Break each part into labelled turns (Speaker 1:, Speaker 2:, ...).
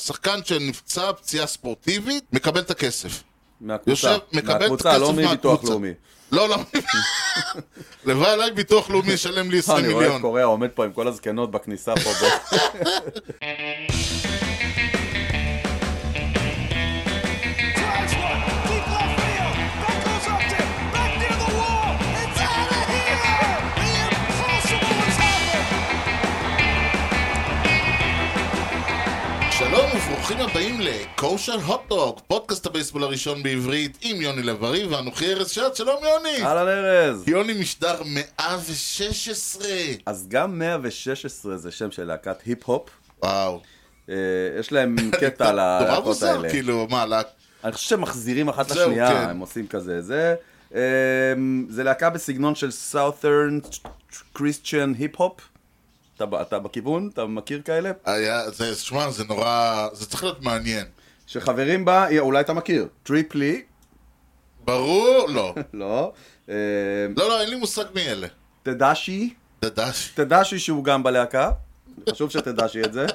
Speaker 1: שחקן שנפצע פציעה ספורטיבית, מקבל את הכסף.
Speaker 2: מהקבוצה,
Speaker 1: יושב, מקבל את
Speaker 2: מהקבוצה, לא
Speaker 1: הכסף
Speaker 2: מביטוח
Speaker 1: מהקבוצה.
Speaker 2: לאומי.
Speaker 1: לא, לא, לוואי עליי ביטוח לאומי ישלם לי 20
Speaker 2: אני רואה
Speaker 1: מיליון.
Speaker 2: את קוריאה עומד פה עם כל הזקנות בכניסה פה. בוא.
Speaker 3: Drives one, deep left field. That goes up to back near the wall. It's out of here. The impossible has happened.
Speaker 1: שלום וברוכים הבאים לקושר הוטדוג, פודקאסט הבייסבול הראשון בעברית עם יוני לב-ארי ואנוכי ארז שעד, שלום יוני!
Speaker 2: אהלן ארז.
Speaker 1: יוני משדר 116!
Speaker 2: אז גם 116 זה שם של להקת היפ-הופ.
Speaker 1: וואו.
Speaker 2: אה, יש להם קטע על
Speaker 1: נורא
Speaker 2: הלהקות
Speaker 1: מוזר,
Speaker 2: אה, האלה.
Speaker 1: כאילו, מה, לה-
Speaker 2: אני חושב שהם מחזירים אחת
Speaker 1: זהו,
Speaker 2: לשנייה,
Speaker 1: כן.
Speaker 2: הם עושים כזה. זה אה, זה להקה בסגנון של Southern Christian היפ-הופ. אתה ב- אתה בכיוון? אתה מכיר כאלה?
Speaker 1: היה- זה, שמע, זה נורא, זה צריך להיות מעניין.
Speaker 2: שחברים בה, אה, אולי אתה מכיר, טריפלי,
Speaker 1: ברור, לא.
Speaker 2: לא, אה,
Speaker 1: לא, לא, אין לי מושג מי אלה.
Speaker 2: תדשי,
Speaker 1: דדש.
Speaker 2: תדשי שהוא גם בלהקה, חשוב שתדשי את זה,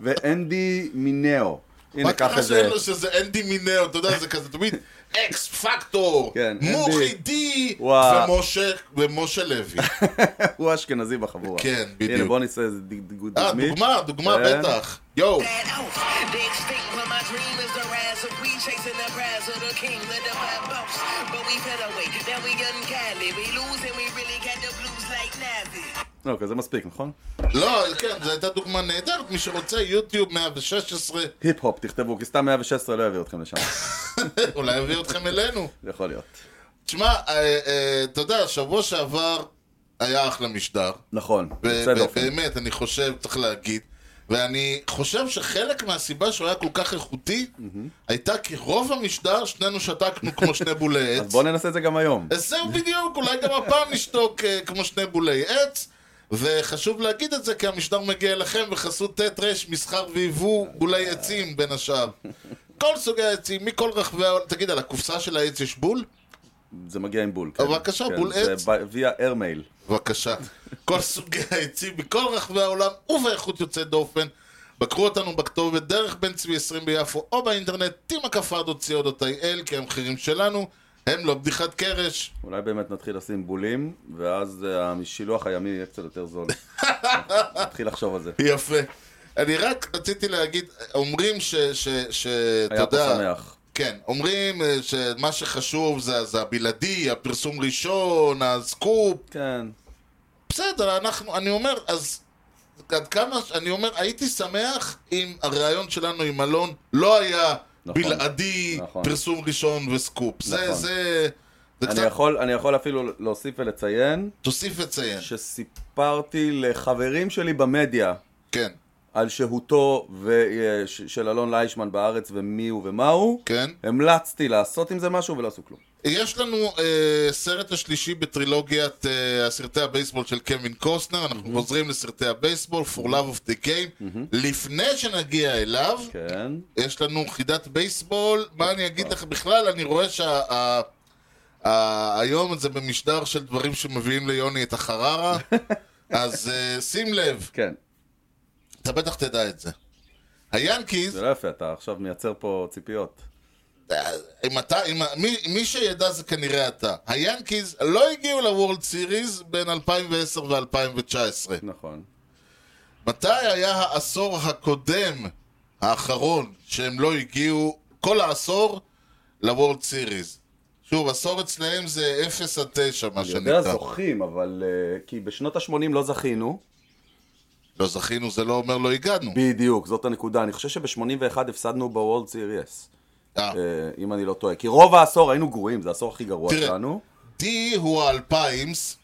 Speaker 2: ואנדי מינאו. הנה,
Speaker 1: מה
Speaker 2: קח
Speaker 1: ככה
Speaker 2: את זה.
Speaker 1: שלו שזה אנדי מינר, אתה יודע, זה כזה תמיד אקס פקטור,
Speaker 2: כן, אנדי.
Speaker 1: מוחי די,
Speaker 2: וואו.
Speaker 1: ומשה- ומשה לוי.
Speaker 2: הוא אשכנזי בחבורה.
Speaker 1: כן, בדיוק.
Speaker 2: הנה, בוא נעשה איזה דיג- דיג-
Speaker 1: אה,
Speaker 2: דוגמית.
Speaker 1: דוגמה, דוגמה
Speaker 2: כן.
Speaker 1: בטח. יואו,
Speaker 4: that out. Big stink, but my dream is the rise of we chasing the prize of the king. Let the five bumps, but we fell away. Now we ungodly, we lose and we really got the blues like Nazi.
Speaker 2: לא, אוקיי, זה מספיק, נכון?
Speaker 1: לא, כן, זו הייתה דוגמה נהדרת, מי שרוצה, יוטיוב 116,
Speaker 2: היפ-הופ, תכתבו, כי סתם 116 לא יביא אתכם לשם.
Speaker 1: אולי יביא אתכם אלינו.
Speaker 2: זה יכול להיות.
Speaker 1: תשמע, אה, אה, אתה יודע, שבוע שעבר היה אחלה משדר.
Speaker 2: נכון,
Speaker 1: ו-
Speaker 2: בסדר.
Speaker 1: ו- באמת, אני חושב, צריך להגיד, ואני חושב שחלק מהסיבה שהוא היה כל כך איכותי, הייתה כי רוב המשדר, שנינו שתקנו כמו שני בולי
Speaker 2: אז
Speaker 1: עץ.
Speaker 2: בואו ננסה את זה גם היום.
Speaker 1: אז זהו בדיוק, אולי גם הפעם נשתוק אה, כמו שני בולי עץ. וחשוב להגיד את זה כי המשדר מגיע אליכם בחסות ט' ר' מסחר ויבוא בולי עצים בין השאר. כל סוגי העצים, מכל רחבי העולם. תגיד, על הקופסה של העץ יש בול?
Speaker 2: זה מגיע עם בול. כן.
Speaker 1: בבקשה,
Speaker 2: כן,
Speaker 1: בול
Speaker 2: זה
Speaker 1: עץ.
Speaker 2: ב- ויה איירמייל.
Speaker 1: בבקשה. כל סוגי העצים מכל רחבי העולם ובאיכות יוצאת דופן. בקרו אותנו בכתובת דרך בן צבי 20 ביפו או באינטרנט timakfardo.co.il כי המחירים שלנו הם לא בדיחת קרש.
Speaker 2: אולי באמת נתחיל לשים בולים, ואז אה, השילוח הימי יהיה קצת יותר זול. נתחיל לחשוב על זה.
Speaker 1: יפה. אני רק רציתי להגיד, אומרים ש... ש... ש...
Speaker 2: היה
Speaker 1: אתה
Speaker 2: פה
Speaker 1: יודע-
Speaker 2: שמח.
Speaker 1: כן, אומרים אה, שמה שחשוב זה, זה הבלעדי, הפרסום ראשון, הסקופ,
Speaker 2: כן.
Speaker 1: בסדר, אנחנו, אני אומר, אז עד כמה, ש- אני אומר, הייתי שמח אם הריאיון שלנו עם אלון לא היה
Speaker 2: נכון,
Speaker 1: נכון, בלעדי,
Speaker 2: נכון.
Speaker 1: נכון. פרסום ראשון וסקופ. נכון.
Speaker 2: נכון.
Speaker 1: זה, זה, זה
Speaker 2: אני
Speaker 1: קצת, יכול...
Speaker 2: יכול, אני יכול אפילו להוסיף ולציין
Speaker 1: תוסיף וציין, ש...
Speaker 2: שסיפרתי לחברים שלי במדיה
Speaker 1: כן,
Speaker 2: על שהותו ו... אה, ש- של אלון ליישמן בארץ ומי הוא ומה הוא.
Speaker 1: כן.
Speaker 2: המלצתי לעשות עם זה משהו ולא עשו כלום.
Speaker 1: יש לנו אה, סרט השלישי בטרילוגיית אה, סרטי הבייסבול של קווין קוסטנר, אנחנו mm-hmm. חוזרים לסרטי הבייסבול, For Love of the Game. Mm-hmm. לפני שנגיע אליו,
Speaker 2: כן.
Speaker 1: יש לנו חידת בייסבול, מה אני אגיד לך בכלל, אני רואה שה... ה- ה- היום זה במשדר של דברים שמביאים ליוני את החררה, אז אה, שים לב,
Speaker 2: כן.
Speaker 1: אתה בטח תדע את זה. היאנקיז,
Speaker 2: זה לא יפה, אתה עכשיו מייצר פה ציפיות.
Speaker 1: אה, אם אתה, אם, מי, מי שידע זה כנראה אתה. היאנקיז לא הגיעו לוורלד סיריז בין 2010 ו-2019.
Speaker 2: נכון.
Speaker 1: מתי היה העשור הקודם, האחרון, שהם לא הגיעו, כל העשור, לוורלד סיריס? שוב, עשור אצלהם זה 0 עד 9, מה
Speaker 2: אני יודע
Speaker 1: שנקרא.
Speaker 2: זוכים, אבל... אה, כי בשנות ה-80 לא זכינו.
Speaker 1: לא זכינו, זה לא אומר לא הגענו.
Speaker 2: בדיוק, זאת הנקודה. אני חושב שב-81 הפסדנו בוולד סיריאס.
Speaker 1: אה,
Speaker 2: אם אני לא טועה. כי רוב העשור היינו גרועים, זה העשור הכי גרוע
Speaker 1: תראה. אה,
Speaker 2: שלנו.
Speaker 1: D הוא ה-2000's,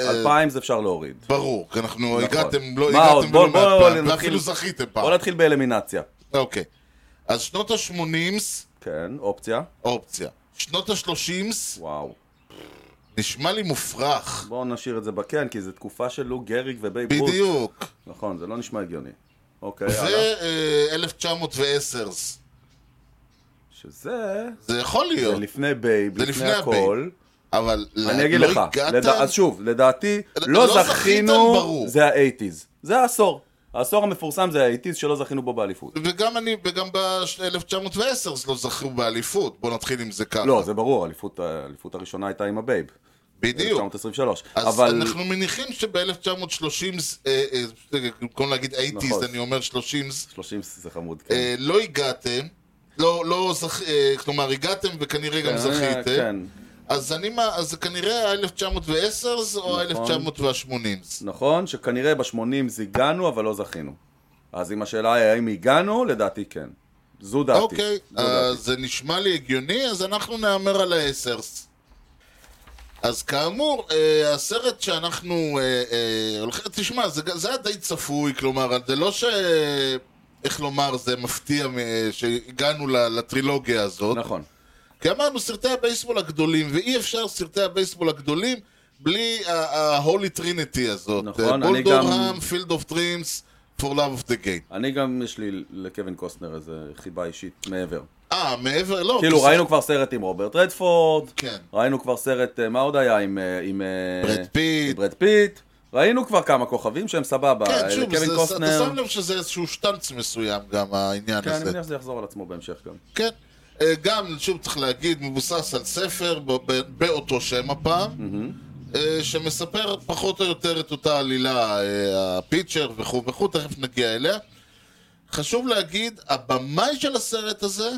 Speaker 2: 2000 זה אפשר להוריד.
Speaker 1: ברור, כי אנחנו
Speaker 2: נכון.
Speaker 1: הגעתם, לא
Speaker 2: מה עוד?
Speaker 1: הגעתם
Speaker 2: בוא-
Speaker 1: ולא מעט
Speaker 2: בוא
Speaker 1: פעם,
Speaker 2: נתחיל-
Speaker 1: ואפילו זכיתם
Speaker 2: בוא
Speaker 1: פעם.
Speaker 2: נתחיל באלמינציה.
Speaker 1: אוקיי. אז שנות ה-80's,
Speaker 2: כן, אופציה.
Speaker 1: אופציה. שנות ה-30's,
Speaker 2: וואו.
Speaker 1: נשמע לי מופרך.
Speaker 2: בואו נשאיר את זה בקן, כי זו תקופה של לוק גריג ובייב רות.
Speaker 1: בדיוק.
Speaker 2: נכון, זה לא נשמע הגיוני. אוקיי, הלאה.
Speaker 1: אה, ו-1910's.
Speaker 2: שזה...
Speaker 1: זה יכול
Speaker 2: זה
Speaker 1: להיות,
Speaker 2: לפני בייב,
Speaker 1: לא. זה
Speaker 2: לפני
Speaker 1: לפני
Speaker 2: הכל.
Speaker 1: אבל
Speaker 2: אני אגיד
Speaker 1: לא
Speaker 2: לך,
Speaker 1: הגעת...
Speaker 2: לדע- אז שוב, לדעתי,
Speaker 1: לא
Speaker 2: לא
Speaker 1: זכיתם,
Speaker 2: זכינו,
Speaker 1: ברור.
Speaker 2: זה האייטיז. זה העשור. העשור המפורסם זה האיטיז שלא זכינו בו באליפות.
Speaker 1: וגם אני, וגם ב-1910 לא זכו באליפות, בוא נתחיל עם זה ככה.
Speaker 2: לא, זה ברור, האליפות- האליפות הראשונה הייתה עם הבייב.
Speaker 1: בדיוק.
Speaker 2: 1923.
Speaker 1: אז
Speaker 2: אבל...
Speaker 1: אנחנו מניחים ב-1930, אה, במקום להגיד 80's,
Speaker 2: נכון.
Speaker 1: אני אומר 30's,
Speaker 2: 30 זה חמוד, כן.
Speaker 1: אה, לא הגעתם, לא, לא זכ... אה, כלומר, הגעתם וכנראה גם
Speaker 2: כן,
Speaker 1: זכיתם.
Speaker 2: כן.
Speaker 1: אז אני מה, אז כנראה ה-1910 או ה-1980.
Speaker 2: נכון, שכנראה ב-80 זיגענו, אבל לא זכינו. אז אם השאלה היא האם הגענו, לדעתי כן. זו דעתי.
Speaker 1: אוקיי,
Speaker 2: זו
Speaker 1: אז
Speaker 2: דעתי.
Speaker 1: זה נשמע לי הגיוני, אז אנחנו נהמר על ה-10s. אז כאמור, אה, הסרט שאנחנו אה, אה, הולכים... תשמע, זה, זה היה די צפוי, כלומר, זה לא ש... איך לומר, זה מפתיע אה, שהגענו ל- לטרילוגיה הזאת.
Speaker 2: נכון.
Speaker 1: כי אמרנו סרטי הבייסבול הגדולים, ואי אפשר סרטי הבייסבול הגדולים בלי ה-Holy Trinity הזאת.
Speaker 2: נכון, אני גם-
Speaker 1: בולדורהם, Field of Dreams, For Love of the Game.
Speaker 2: אני גם, יש לי לקווין קוסטנר איזה חיבה אישית מעבר.
Speaker 1: אה, מעבר, לא.
Speaker 2: כאילו,
Speaker 1: כי זה-
Speaker 2: ראינו כבר סרט עם רוברט רדפורד,
Speaker 1: כן.
Speaker 2: ראינו כבר סרט, אה, מה עוד היה עם... אה, עם אה,
Speaker 1: ברד פיט.
Speaker 2: עם ברד פיט. ראינו כבר כמה כוכבים שהם סבבה.
Speaker 1: כן,
Speaker 2: אה,
Speaker 1: שוב,
Speaker 2: לקווין
Speaker 1: זה- אתה
Speaker 2: קוסטנר.
Speaker 1: שם לב שזה איזשהו שטנץ מסוים גם העניין
Speaker 2: כן, אני
Speaker 1: הזה.
Speaker 2: מניח שזה יחזור על עצמו בהמשך גם.
Speaker 1: כן. אה, גם, שוב צריך להגיד, מבוסס על ספר ב- ב- באותו שם הפעם, אה, שמספר פחות או יותר את אותה עלילה, אה, הפיצ'ר וכו' וכו', תכף נגיע אליה. חשוב להגיד, הבמאי של הסרט הזה,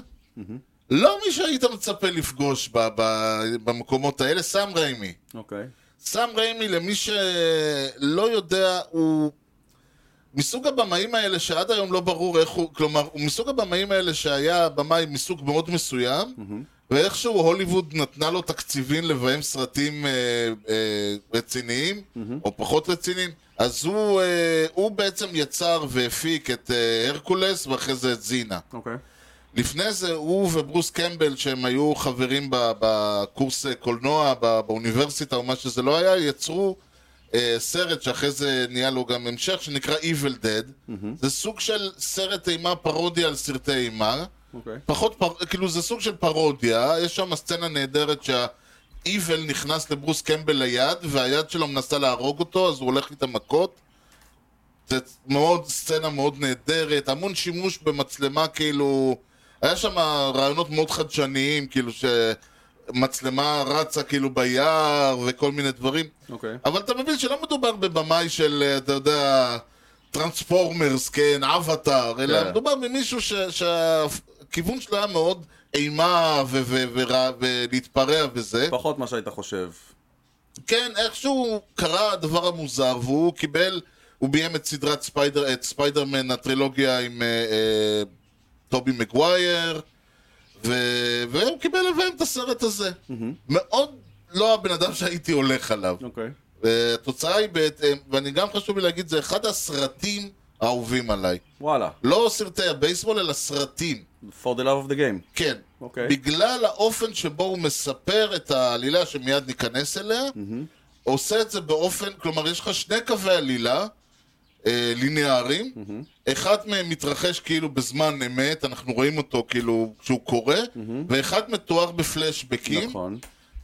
Speaker 1: לא מי שהיית מצפה לפגוש ב- ב- במקומות האלה, סאם ריימי.
Speaker 2: אוקיי.
Speaker 1: סאם ריימי, למי שלא יודע, הוא מסוג הבמאים האלה שעד היום לא ברור איך הוא, כלומר, הוא מסוג הבמאים האלה שהיה במאי מסוג מאוד מסוים, ואיכשהו הוליווד נתנה לו תקציבים לביים סרטים אה, אה, רציניים, או פחות רציניים, אז הוא, אה, הוא בעצם יצר והפיק את אה, הרקולס ואחרי זה את זינה.
Speaker 2: אוקיי.
Speaker 1: לפני זה הוא וברוס קמבל, שהם היו חברים ב- בקורס אה, קולנוע ב- באוניברסיטה או מה שזה לא היה, יצרו אה, סרט שאחרי זה נהיה לו גם המשך, שנקרא Evil Dead. זה סוג של סרט אימה פרודיה על סרטי אימה.
Speaker 2: אוקיי.
Speaker 1: פחות, פר... כאילו זה סוג של פרודיה, יש שם סצנה נהדרת שהאיבל נכנס לברוס קמבל ליד, והיד שלו מנסה להרוג אותו, אז הוא הולך איתה מכות. זה מאוד, סצנה מאוד נהדרת, המון שימוש במצלמה, כאילו... היה שם רעיונות מאוד חדשניים, כאילו שמצלמה רצה כאילו ביער וכל מיני דברים.
Speaker 2: אוקיי.
Speaker 1: אבל אתה מבין שלא מדובר בבמאי של, אה, אתה יודע, טרנספורמרס, כן, אבטאר, אלא
Speaker 2: כן.
Speaker 1: מדובר במישהו ש- שהכיוון שלו היה מאוד אימה ו- ו- ורע- ולהתפרע וזה.
Speaker 2: פחות מה שהיית חושב.
Speaker 1: כן, איכשהו קרה הדבר המוזר, והוא קיבל, הוא ביים את סדרת ספיידר, את ספיידרמן, הטרילוגיה עם אה, אה, טובי מגווייר, ו, והוא קיבל לביים את הסרט הזה. מאוד לא הבן אדם שהייתי הולך עליו.
Speaker 2: אוקיי.
Speaker 1: התוצאה היא בהתאם, ואני גם חשוב לי להגיד, זה אחד הסרטים האהובים עליי.
Speaker 2: וואלה.
Speaker 1: לא סרטי הבייסבול, אלא סרטים.
Speaker 2: For the love of the game.
Speaker 1: כן.
Speaker 2: אוקיי.
Speaker 1: בגלל האופן שבו הוא מספר את העלילה שמיד ניכנס אליה, עושה את זה באופן, כלומר, יש לך שני קווי עלילה אה, ליניאריים, אחד מהם מתרחש כאילו בזמן אמת, אנחנו רואים אותו כאילו כשהוא קורה, ואחד מתואר בפלשבקים.
Speaker 2: נכון.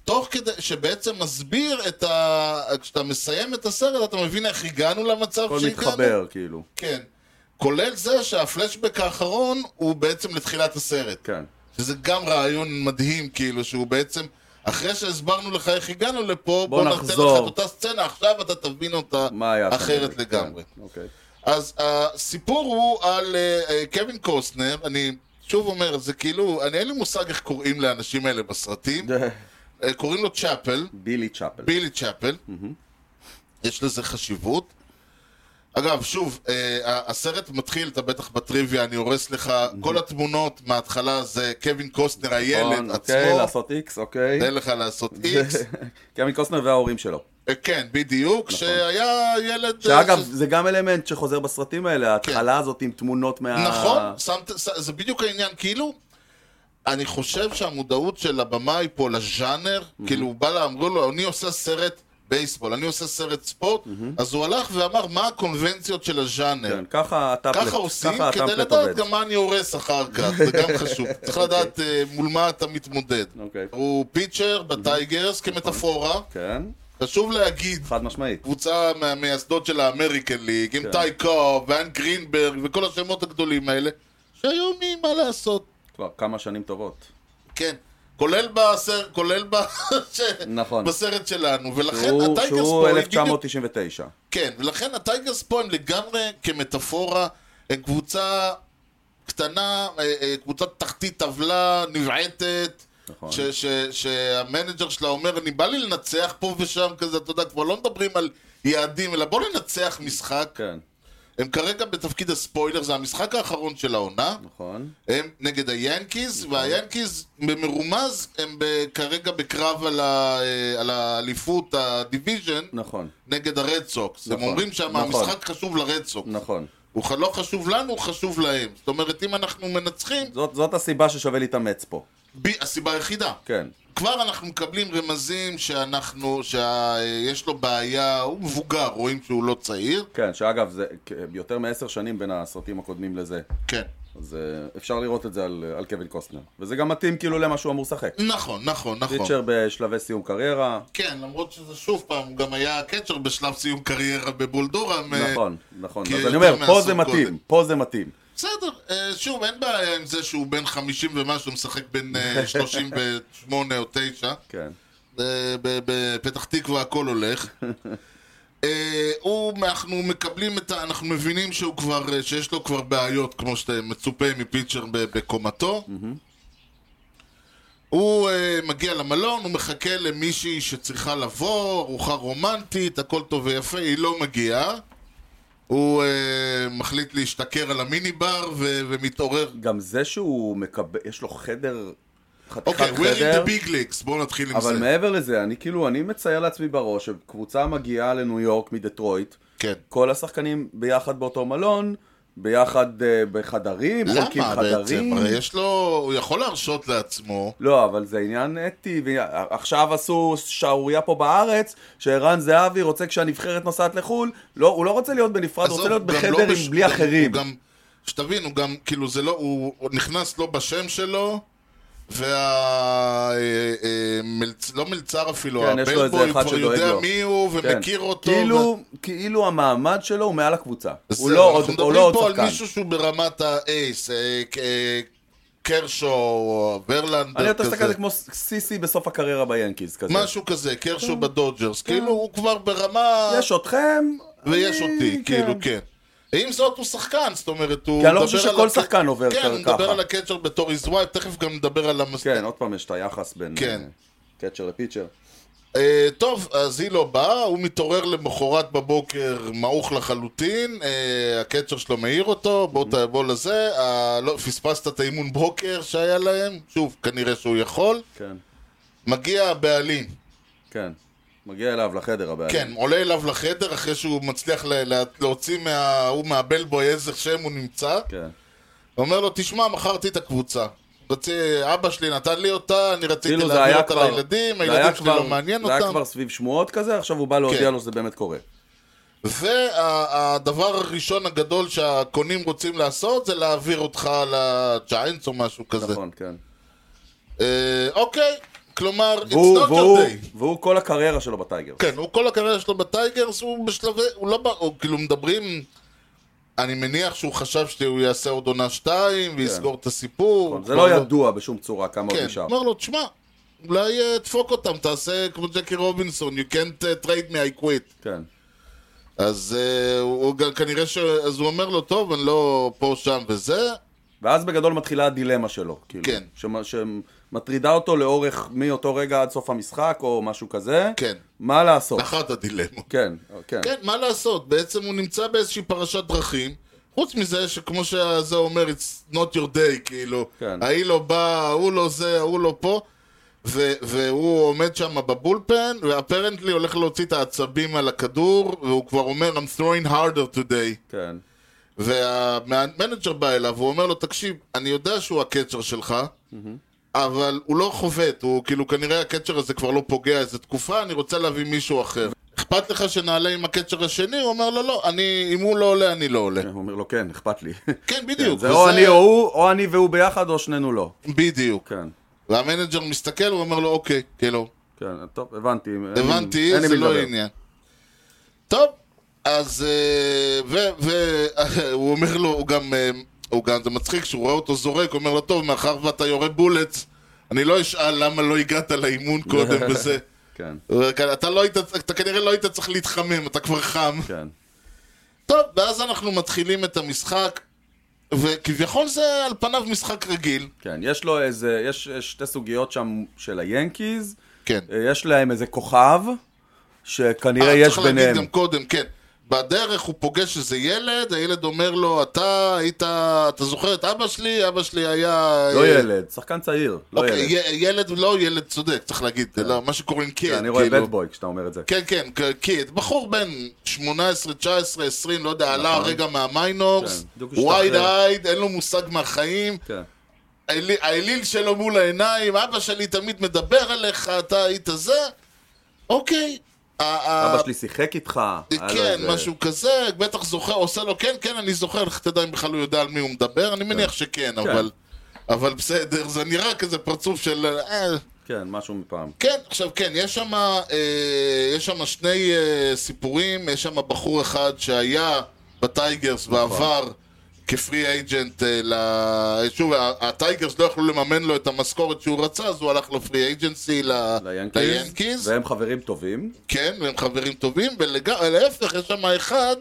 Speaker 1: תוך כדי, שבעצם מסביר את ה... כשאתה מסיים את הסרט, אתה מבין איך הגענו למצב
Speaker 2: הכל מתחבר, כאילו.
Speaker 1: כן. כולל זה שהפלשבק האחרון הוא בעצם לתחילת הסרט.
Speaker 2: כן.
Speaker 1: שזה גם רעיון מדהים, כאילו, שהוא בעצם... אחרי שהסברנו לך איך הגענו לפה,
Speaker 2: בוא
Speaker 1: ניתן
Speaker 2: נחזור.
Speaker 1: לך את אותה סצנה, עכשיו אתה תבין אותה
Speaker 2: מה היה?
Speaker 1: אחרת
Speaker 2: שם?
Speaker 1: לגמרי.
Speaker 2: כן, אוקיי.
Speaker 1: אז הסיפור הוא על אה, אה, קווין קוסטנר, אני שוב אומר, זה כאילו, אני אין לי מושג איך קוראים לאנשים האלה בסרטים, אה, קוראים לו צ'אפל,
Speaker 2: בילי צ'אפל.
Speaker 1: בילי צ'אפל. יש לזה חשיבות. אגב, שוב, אה, ה- הסרט מתחיל, אתה בטח בטריוויה, אני הורס לך, כל התמונות מההתחלה זה קווין קוסטנר,
Speaker 2: נכון,
Speaker 1: הילד
Speaker 2: אוקיי,
Speaker 1: עצמו,
Speaker 2: לעשות איקס, אוקיי.
Speaker 1: תן לך לעשות איקס.
Speaker 2: קווין קוסטנר וההורים שלו.
Speaker 1: אה, כן, בדיוק, שהיה ילד... אה,
Speaker 2: נכון. שאגב,
Speaker 1: ש- כן.
Speaker 2: זה גם אלמנט שחוזר בסרטים האלה, ההתחלה הזאת עם תמונות מה...
Speaker 1: נכון, שמת, ש- זה בדיוק העניין, כאילו, אני חושב שהמודעות של הבמאי פה לז'אנר,
Speaker 2: Mhm.
Speaker 1: כאילו הוא בא לה, אמרו לו, אני עושה סרט בייסבול, אני עושה סרט ספורט, אז הוא הלך ואמר, מה הקונבנציות של הז'אנר?
Speaker 2: Mhm. כן, ככה הטאפלט,
Speaker 1: ככה עושים,
Speaker 2: ככה
Speaker 1: כדי
Speaker 2: הטאפלט
Speaker 1: לדעת
Speaker 2: עובד.
Speaker 1: גם מה אני הורס אחר כך, זה גם חשוב. צריך לדעת אה, מול מה אתה מתמודד.
Speaker 2: אוקיי.
Speaker 1: הוא פיצ'ר בטייגרס כמטאפורה,
Speaker 2: כן,
Speaker 1: חשוב להגיד,
Speaker 2: חד משמעית.
Speaker 1: קבוצה מהמייסדות של האמריקן ליג,
Speaker 2: כן.
Speaker 1: עם טי קוב, ואן גרינברג, וכל השמות הגדולים האלה, שהיום היא מה לעשות,
Speaker 2: כבר כמה שנים טובות.
Speaker 1: כן. כולל בסרט, כולל ב... ש...
Speaker 2: נכון.
Speaker 1: בסרט שלנו, ולכן
Speaker 2: שהוא-
Speaker 1: הטייגרס
Speaker 2: שהוא
Speaker 1: פה הם
Speaker 2: 1999.
Speaker 1: כן, ולכן הטייגרס פה הם לגמרי כמטאפורה, הם קבוצה קטנה, אה, אה, קבוצת תחתית טבלה, נבעטת,
Speaker 2: נכון.
Speaker 1: ש- ש- שהמנג'ר שלה אומר, אני בא לי לנצח פה ושם כזה, אתה יודע, כבר לא מדברים על יעדים, אלא בוא ננצח משחק.
Speaker 2: כן,
Speaker 1: הם כרגע בתפקיד הספוילר, זה המשחק האחרון של העונה.
Speaker 2: נכון.
Speaker 1: הם נגד היאנקיז, והיאנקיז במרומז הם ב- כרגע בקרב על ה- אה, על האליפות, הדיוויז'ן.
Speaker 2: נכון.
Speaker 1: נגד הרד סוקס. הם
Speaker 2: נכון,
Speaker 1: אומרים שם,
Speaker 2: נכון.
Speaker 1: המשחק חשוב לרד סוקס.
Speaker 2: נכון.
Speaker 1: הוא ח- לא חשוב לנו, הוא חשוב להם. זאת אומרת, אם אנחנו מנצחים,
Speaker 2: זאת, זאת הסיבה ששווה להתאמץ פה.
Speaker 1: בי, הסיבה היחידה.
Speaker 2: כן.
Speaker 1: כבר אנחנו מקבלים רמזים שאנחנו, שיש לו בעיה, הוא מבוגר, רואים שהוא לא צעיר.
Speaker 2: כן, שאגב, זה כ- יותר מעשר שנים בין הסרטים הקודמים לזה.
Speaker 1: כן.
Speaker 2: אז אה, אפשר לראות את זה על, על קווין קוסטנר. וזה גם מתאים כאילו למה שהוא אמור לשחק.
Speaker 1: נכון, נכון, נכון.
Speaker 2: פיצ'ר בשלבי סיום קריירה.
Speaker 1: כן, למרות שזה שוב פעם, הוא גם היה קצ'ר בשלב סיום קריירה בבולדורם. אה,
Speaker 2: נכון, נכון.
Speaker 1: כי
Speaker 2: אז
Speaker 1: יותר
Speaker 2: אני אומר, פה זה
Speaker 1: מעשור קודם.
Speaker 2: מתאים, פה זה מתאים.
Speaker 1: בסדר, אה, שוב, אין בעיה עם זה שהוא בן 50 ומשהו, משחק בין אה, 38 או 9.
Speaker 2: כן.
Speaker 1: ב- ב- בפתח תקווה הכל הולך. אה, הוא, אנחנו מקבלים את ה... אנחנו מבינים שהוא כבר, אה, שיש לו כבר בעיות, כמו שמצופה מפיצ'ר ב- בקומתו.
Speaker 2: Mm-hmm.
Speaker 1: הוא אה, מגיע למלון, הוא מחכה למישהי שצריכה לבוא, ארוחה רומנטית, הכל טוב ויפה, היא לא מגיעה. הוא אה, מחליט להשתכר על המיני בר ו- ומתעורר.
Speaker 2: גם זה שהוא מקבל, יש לו חדר, חתיכת
Speaker 1: אוקיי, we're in
Speaker 2: חדר.
Speaker 1: the big leagues, בואו נתחיל עם
Speaker 2: אבל
Speaker 1: זה.
Speaker 2: מעבר לזה, אני כאילו, אני מצייר לעצמי בראש שקבוצה מגיעה לניו יורק מדטרויט,
Speaker 1: כן.
Speaker 2: כל השחקנים ביחד באותו מלון, ביחד אה, בחדרים, חולקים
Speaker 1: למה
Speaker 2: חדרים.
Speaker 1: בעצם? הרי יש לו, הוא יכול להרשות לעצמו.
Speaker 2: לא, אבל זה עניין אתי, ועכשיו עשו שערורייה פה בארץ, שערן זהבי רוצה כשהנבחרת נוסעת לחו"ל, לא, הוא לא רוצה להיות בנפרד, הוא רוצה להיות
Speaker 1: עזוב, גם
Speaker 2: בחדר
Speaker 1: לא
Speaker 2: עם
Speaker 1: בש-
Speaker 2: בלי
Speaker 1: גם-
Speaker 2: אחרים.
Speaker 1: הוא גם, שתבין, הוא גם, כאילו, זה לא, הוא הוא נכנס לא בשם שלו, וה... אה, אה, מלצ- לא מלצר אפילו,
Speaker 2: כן, יש לו איזה
Speaker 1: הבלבוי
Speaker 2: אחד
Speaker 1: כבר
Speaker 2: שדואג
Speaker 1: יודע
Speaker 2: לו.
Speaker 1: מי הוא
Speaker 2: כן.
Speaker 1: ומכיר אותו. ו-
Speaker 2: כאילו, כאילו המעמד שלו הוא מעל הקבוצה. הוא
Speaker 1: בסדר,
Speaker 2: לא עוד-
Speaker 1: אנחנו
Speaker 2: הוא לא
Speaker 1: מדברים
Speaker 2: עוד
Speaker 1: פה על
Speaker 2: שחקן.
Speaker 1: מישהו שהוא ברמת האייס, אה, ק- אה, קרשו, או
Speaker 2: אני
Speaker 1: ברלנדר
Speaker 2: יותר מסתכל על
Speaker 1: כזה.
Speaker 2: זה כמו סיסי בסוף הקריירה ביאנקיז כזה.
Speaker 1: משהו כזה, קרשו בדודג'רס. כאילו, הוא כבר ברמה...
Speaker 2: כן. יש אתכם,
Speaker 1: ויש
Speaker 2: אני-
Speaker 1: אותי, כאילו, כן. עם זאת הוא שחקן, זאת אומרת, הוא...
Speaker 2: כי אני לא
Speaker 1: מדבר
Speaker 2: חושב
Speaker 1: על
Speaker 2: שכל
Speaker 1: הק-
Speaker 2: שחקן עובר
Speaker 1: כן,
Speaker 2: ככה.
Speaker 1: הוא מדבר על הקצ'ר בתור איז וייב, תכף גם נדבר על המס...
Speaker 2: כן, עוד פעם יש את היחס בין
Speaker 1: כן.
Speaker 2: אה, קצ'ר לפיצ'ר.
Speaker 1: אה, טוב, אז היא לא באה, הוא מתעורר למחרת בבוקר מעוך לחלוטין, אה, הקצ'ר שלו מעיר אותו, בוא ת- בוא לזה, אה, לא, פספסת את האימון בוקר שהיה להם, שוב, כנראה שהוא יכול.
Speaker 2: כן,
Speaker 1: מגיע הבעלים,
Speaker 2: כן. מגיע אליו לחדר הבעיה.
Speaker 1: כן, עולה אליו לחדר אחרי שהוא מצליח לה- לה- להוציא מה... הוא מהבלבוי איזה שם הוא נמצא.
Speaker 2: כן.
Speaker 1: אומר לו, תשמע, מכרתי את הקבוצה. רצי, אבא שלי נתן לי אותה, אני רציתי
Speaker 2: כאילו זה
Speaker 1: להעביר
Speaker 2: היה
Speaker 1: אותה
Speaker 2: כבר...
Speaker 1: לילדים,
Speaker 2: זה היה
Speaker 1: הילדים שלי
Speaker 2: כבר-
Speaker 1: לא מעניין
Speaker 2: זה היה
Speaker 1: אותם.
Speaker 2: כבר סביב שמועות כזה, עכשיו הוא בא להודיע
Speaker 1: כן.
Speaker 2: לו שזה באמת קורה.
Speaker 1: והדבר הראשון הגדול שהקונים רוצים לעשות זה להעביר אותך לג'יינטס או משהו כזה.
Speaker 2: נכון, כן.
Speaker 1: אה, אוקיי, כלומר, it's
Speaker 2: והוא-
Speaker 1: not
Speaker 2: והוא-
Speaker 1: your day.
Speaker 2: והוא כל הקריירה שלו בטייגר.
Speaker 1: כן, הוא כל הקריירה שלו בטייגרס, הוא בשלבי, הוא לא, ב- הוא כאילו מדברים, אני מניח שהוא חשב שהוא יעשה עוד עונה שתיים ויסגור את הסיפור.
Speaker 2: כן. זה
Speaker 1: כבר
Speaker 2: לא ידוע בשום צורה כמה עוד
Speaker 1: כן,
Speaker 2: נשאר.
Speaker 1: אמר לו, תשמע, אולי אה, תפוק אותם, תעשה כמו ג'קי רובינסון, you can't uh, trade me, I quit.
Speaker 2: כן.
Speaker 1: אז uh, הוא, הוא גם כנראה ש... אז הוא אומר לו, טוב, אני לא פה, שם וזה.
Speaker 2: ואז בגדול מתחילה הדילמה שלו, כאילו.
Speaker 1: כן.
Speaker 2: שמ- שמטרידה אותו לאורך מאותו רגע עד סוף המשחק, או משהו כזה.
Speaker 1: כן.
Speaker 2: מה לעשות?
Speaker 1: אחת הדילמות.
Speaker 2: כן, כן.
Speaker 1: כן, מה לעשות? בעצם הוא נמצא באיזושהי פרשת דרכים. חוץ מזה שכמו שזה אומר, it's not your day, כאילו.
Speaker 2: כן.
Speaker 1: ההיא לא בא, ההוא לא זה, ההוא לא פה. ו- והוא עומד שם בבולפן, ואפרנטלי הולך להוציא את העצבים על הכדור, והוא כבר אומר, I'm throwing harder today.
Speaker 2: כן.
Speaker 1: והמנג'ר בא אליו, והוא אומר לו, תקשיב, אני יודע שהוא הקצ'ר שלך, אבל הוא לא חובט, הוא כאילו כנראה הקצ'ר הזה כבר לא פוגע איזה תקופה, אני רוצה להביא מישהו אחר. אכפת לך שנעלה עם הקצ'ר השני? הוא אומר לו, לא, אני, אם הוא לא עולה, אני לא עולה.
Speaker 2: הוא אומר לו, כן, אכפת לי.
Speaker 1: כן, בדיוק.
Speaker 2: זה
Speaker 1: וזה-
Speaker 2: או אני או הוא, או אני והוא ביחד, או שנינו לא.
Speaker 1: בדיוק.
Speaker 2: כן,
Speaker 1: והמנג'ר מסתכל, הוא אומר לו, אוקיי, כאילו,
Speaker 2: כן, טוב, הבנתי. אין לי-
Speaker 1: הבנתי,
Speaker 2: אין לי
Speaker 1: זה
Speaker 2: מי
Speaker 1: לא
Speaker 2: לדבר.
Speaker 1: עניין. טוב, אז... אה, ו- ו- הוא אומר לו, הוא גם... אה, הוא גם, זה מצחיק, שהוא רואה אותו זורק, הוא אומר לו, טוב, מאחר ואתה יורה בולץ, אני לא אשאל למה לא הגעת לאימון קודם וזה.
Speaker 2: כן,
Speaker 1: הוא אומר, "כן, אתה, לא היית, אתה כנראה לא היית צריך להתחמם, אתה כבר חם.
Speaker 2: כן.
Speaker 1: טוב, ואז אנחנו מתחילים את המשחק, וכביכול זה על פניו משחק רגיל.
Speaker 2: כן, יש לו איזה, יש יש שתי סוגיות שם של היאנקיז,
Speaker 1: כן.
Speaker 2: אה, יש להם איזה כוכב, שכנראה
Speaker 1: אה,
Speaker 2: יש
Speaker 1: צריך להגיד
Speaker 2: ביניהם.
Speaker 1: גם קודם, כן. בדרך הוא פוגש איזה ילד, הילד אומר לו, אתה היית, אתה זוכר את אבא שלי? אבא שלי היה...
Speaker 2: לא
Speaker 1: אה,
Speaker 2: ילד, שחקן צעיר, לא
Speaker 1: אוקיי,
Speaker 2: ילד.
Speaker 1: י- ילד, לא ילד, צודק, צריך להגיד, לא, מה שקוראים קד,
Speaker 2: כן, אני רואה
Speaker 1: כאילו.
Speaker 2: בד בוי כשאתה אומר את זה.
Speaker 1: כן, כן, קד. בחור בן 18, 19, 20, לא יודע, עלה הרגע מהמיינורס,
Speaker 2: נכון. כן, בדיוק השתחרר.
Speaker 1: ווייד אייד, אין לו מושג מהחיים,
Speaker 2: כן,
Speaker 1: האליל- האליל שלו מול העיניים, אבא שלי תמיד מדבר עליך, אתה היית זה, אוקיי.
Speaker 2: אבא שלי שיחק איתך. היה לו
Speaker 1: כן,
Speaker 2: איזה-
Speaker 1: משהו כזה, בטח זוכר, עושה לו, כן, כן, אני זוכר, איך תדע אם בכלל הוא יודע על מי הוא מדבר, אני מניח שכן, אבל... אבל בסדר, זה נראה כזה פרצוף של... אה,
Speaker 2: כן, משהו מפעם.
Speaker 1: כן, עכשיו כן, יש שם אה, יש שם שני אה, סיפורים, יש שם בחור אחד שהיה בטייגרס ועבר כפרי אייג'נט, אה, ל- שוב, ה- הטייגרס לא יכלו לממן לו את המשכורת שהוא רצה, אז הוא הלך לפרי אייג'נסי, ל-
Speaker 2: ליאנקיז,
Speaker 1: ליאנקיז,
Speaker 2: והם חברים טובים.
Speaker 1: כן, והם חברים טובים, ולהפך, יש שם אחד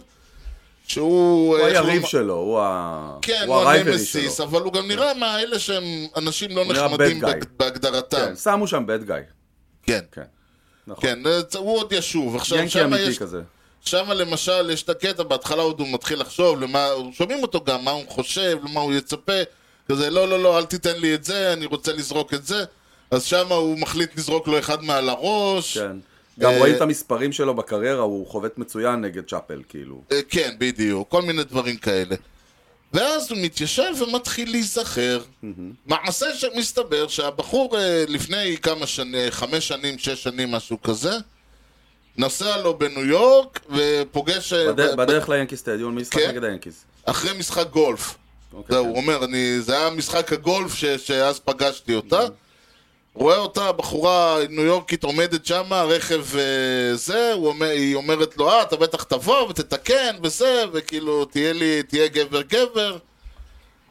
Speaker 1: שהוא...
Speaker 2: הוא
Speaker 1: אה, איך
Speaker 2: היריב
Speaker 1: לומר-
Speaker 2: שלו, הוא ה...
Speaker 1: כן,
Speaker 2: הוא
Speaker 1: הוא
Speaker 2: הרייבלי שלו. כן.
Speaker 1: הנמסיס, אבל הוא גם נראה מאלה שהם אנשים לא
Speaker 2: הוא נראה
Speaker 1: נחמדים
Speaker 2: bad guy.
Speaker 1: בהג- בהגדרתם.
Speaker 2: כן, שמו שם בד גיא.
Speaker 1: כן,
Speaker 2: כן. נכון.
Speaker 1: כן, אה, הוא עוד ישוב. עכשיו,
Speaker 2: ינקי
Speaker 1: שם
Speaker 2: אמיתי
Speaker 1: יש...
Speaker 2: כזה.
Speaker 1: שם למשל יש את הקטע, בהתחלה עוד הוא מתחיל לחשוב, למה, שומעים אותו גם, מה הוא חושב, למה הוא יצפה, כזה לא, לא, לא, אל תיתן לי את זה, אני רוצה לזרוק את זה, אז שם הוא מחליט לזרוק לו אחד מעל הראש,
Speaker 2: כן. גם
Speaker 1: אה,
Speaker 2: רואים את המספרים שלו בקריירה, הוא חובט מצוין נגד צ'אפל, כאילו.
Speaker 1: אה, כן, בדיוק, כל מיני דברים כאלה. ואז הוא מתיישב ומתחיל להיזכר. מעשה שמסתבר שהבחור אה, לפני כמה שנים, חמש שנים, שש שנים, משהו כזה, נוסע לו בניו יורק ופוגש... אה,
Speaker 2: בד-
Speaker 1: ב-
Speaker 2: בדרך ליאנקי סטדיון, משחק
Speaker 1: כן.
Speaker 2: נגד היאנקיס.
Speaker 1: אחרי משחק גולף.
Speaker 2: אוקיי,
Speaker 1: זהו,
Speaker 2: כן.
Speaker 1: הוא אומר, אני, זה היה משחק הגולף ש, שאז פגשתי אותה. רואה אותה, בחורה ניו יורקית עומדת שמה, רכב אה, זה, הוא אומר, היא אומרת לו, אה, אתה בטח תבוא ותתקן וזה, וכאילו, תהיה לי, תהיה גבר גבר.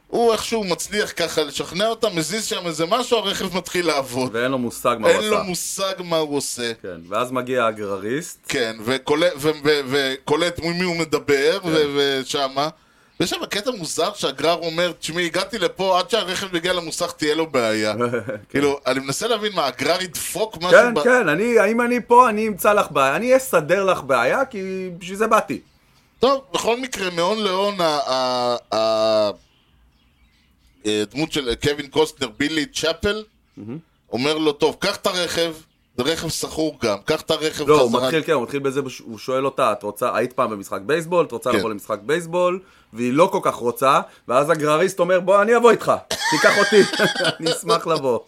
Speaker 1: הוא איכשהו מצליח ככה לשכנע אותה, מזיז שם איזה משהו, הרכב מתחיל לעבוד.
Speaker 2: ואין לו מושג מה הוא
Speaker 1: אין לו
Speaker 2: עשה.
Speaker 1: מושג מה הוא עושה.
Speaker 2: כן, ואז מגיע הגרריסט,
Speaker 1: כן, וקולט- ו- ו- וקולט ממי הוא מדבר,
Speaker 2: כן.
Speaker 1: ו- ושמה. ויש שם קטע מוזר שהגרר אומר, תשמעי, הגעתי לפה, עד שהרכב יגיע למוסך תהיה לו בעיה. כאילו, אני מנסה להבין מה, הגרר ידפוק משהו?
Speaker 2: כן,
Speaker 1: ב-
Speaker 2: כן, אני, אם אני פה, אני אמצא לך בעיה, אני אסדר לך בעיה, כי בשביל זה באתי.
Speaker 1: טוב, בכל מקרה, מהון להון, ה- ה- ה- הדמות של קווין קוסטנר, בילי צ'אפל, אומר לו, טוב, קח את הרכב, זה רכב סחור גם, קח את הרכב
Speaker 2: לא, הוא
Speaker 1: חזרה."
Speaker 2: מתחיל, כן, הוא מתחיל בזה, בש- הוא שואל אותה, את רוצה, היית פעם במשחק בייסבול, את רוצה
Speaker 1: כן.
Speaker 2: לבוא למשחק בייסבול, והיא לא כל כך רוצה, ואז הגרריסט אומר, בוא, אני אבוא איתך, תיקח אותי, אני אשמח לבוא.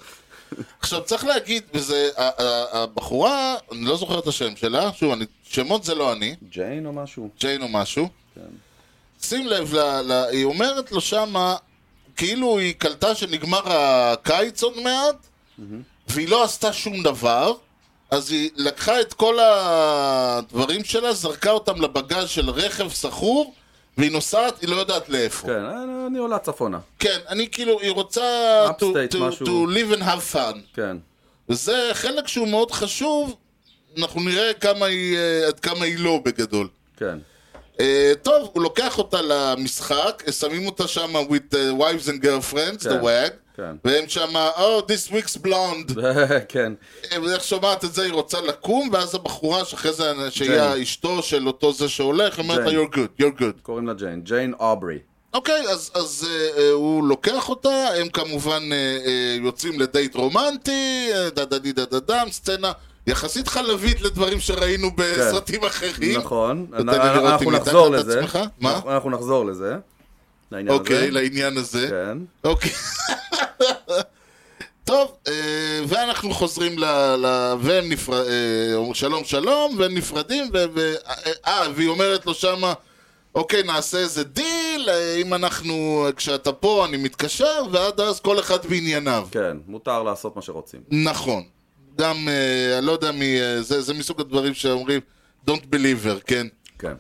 Speaker 1: עכשיו צריך להגיד, וזה, ה- ה- הבחורה, אני לא זוכר את השם שלה, שוב, אני, שמות זה לא אני,
Speaker 2: ג'יין או משהו?
Speaker 1: ג'יין או משהו.
Speaker 2: כן.
Speaker 1: שים לב, ל, ל, היא אומרת לו שמה, כאילו היא קלטה שנגמר הקיץ עוד מעט, והיא לא עשתה שום דבר, אז היא לקחה את כל הדברים שלה, זרקה אותם לבגז של רכב סחור, והיא נוסעת, היא לא יודעת לאיפה.
Speaker 2: כן, אני- אני עולה צפונה,
Speaker 1: כן, אני כאילו, היא רוצה to,
Speaker 2: Upstate,
Speaker 1: to,
Speaker 2: משהו.
Speaker 1: to live and have fun.
Speaker 2: כן.
Speaker 1: וזה חלק שהוא מאוד חשוב, אנחנו נראה כמה היא, אה, עד כמה היא לא בגדול.
Speaker 2: כן,
Speaker 1: אה, טוב, הוא לוקח אותה למשחק, שמים אותה שם with uh, wives and girlfriends,
Speaker 2: כן,
Speaker 1: the wag,
Speaker 2: כן.
Speaker 1: והם שם, oh, this week's blonde.
Speaker 2: כן,
Speaker 1: אה, איך שומעת את זה, היא רוצה לקום, ואז הבחורה שאחרי זה, שהיא
Speaker 2: ג'יין.
Speaker 1: אשתו של אותו זה שהולך, היא אומרת לה,
Speaker 2: ג'יין.
Speaker 1: you're good, you're good.
Speaker 2: קוראים לה ג'יין, ג'יין אוברי.
Speaker 1: אוקיי, אז, אז אה, אה, הוא לוקח אותה, הם כמובן אה, אה, יוצאים לדייט רומנטי, אה, דה דה דה דה דה דם, סצנה יחסית חלבית לדברים שראינו בסרטים אחרים.
Speaker 2: כן, נכון,
Speaker 1: אתה
Speaker 2: אנ-
Speaker 1: נראה אותי
Speaker 2: אנחנו
Speaker 1: מתחת
Speaker 2: נחזור
Speaker 1: את
Speaker 2: לזה.
Speaker 1: עצמך? מה?
Speaker 2: אנחנו- אנחנו נחזור לזה. לעניין
Speaker 1: אוקיי,
Speaker 2: הזה.
Speaker 1: לעניין הזה.
Speaker 2: כן.
Speaker 1: אוקיי. טוב, אה, ואנחנו חוזרים ל... ל והם נפרד... שלום שלום, והם נפרדים, ו... ו- אה, והיא אומרת לו שמה, אוקיי, נעשה איזה דיל, אה, אם אנחנו... כשאתה פה אני מתקשר, ועד אז כל אחד בענייניו.
Speaker 2: כן, מותר לעשות מה שרוצים.
Speaker 1: נכון. גם, אה, אני לא יודע מי, אה, זה, זה מסוג הדברים שאומרים, Don't believer, כן.
Speaker 2: כן.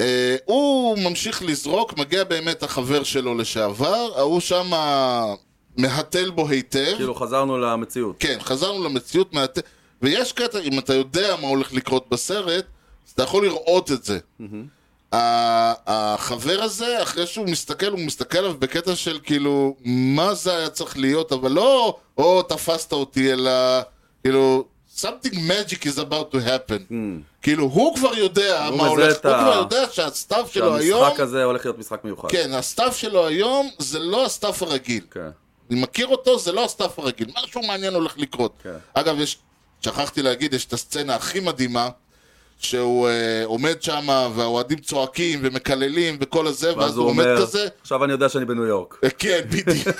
Speaker 1: אה, הוא ממשיך לזרוק, מגיע באמת החבר שלו לשעבר, ההוא שם מהתל בו היטב.
Speaker 2: כאילו חזרנו למציאות.
Speaker 1: כן, חזרנו למציאות מהת... ויש קטע, אם אתה יודע מה הולך לקרות בסרט, אז אתה יכול לראות את זה. ה- החבר הזה, אחרי שהוא מסתכל, הוא מסתכל עליו בקטע של כאילו, מה זה היה צריך להיות, אבל לא, או תפסת אותי, אלא כאילו, something magic is about to happen. כאילו, הוא כבר יודע
Speaker 2: הוא
Speaker 1: מה
Speaker 2: מזהה
Speaker 1: הולך, הוא
Speaker 2: את ה-
Speaker 1: כבר יודע שהסתיו שלו כאילו, היום,
Speaker 2: שהמשחק הזה הולך להיות משחק מיוחד.
Speaker 1: כן, הסתיו שלו היום זה לא הסתיו הרגיל.
Speaker 2: כן.
Speaker 1: אני מכיר אותו, זה לא הסטאפ הרגיל, משהו מעניין הולך לקרות.
Speaker 2: כן.
Speaker 1: אגב, יש, שכחתי להגיד, יש את הסצנה הכי מדהימה, שהוא אה, עומד שם, והאוהדים צועקים ומקללים וכל הזה, ואז הוא עומד כזה,
Speaker 2: עכשיו אני יודע שאני בניו יורק.
Speaker 1: אה, כן, בדיוק.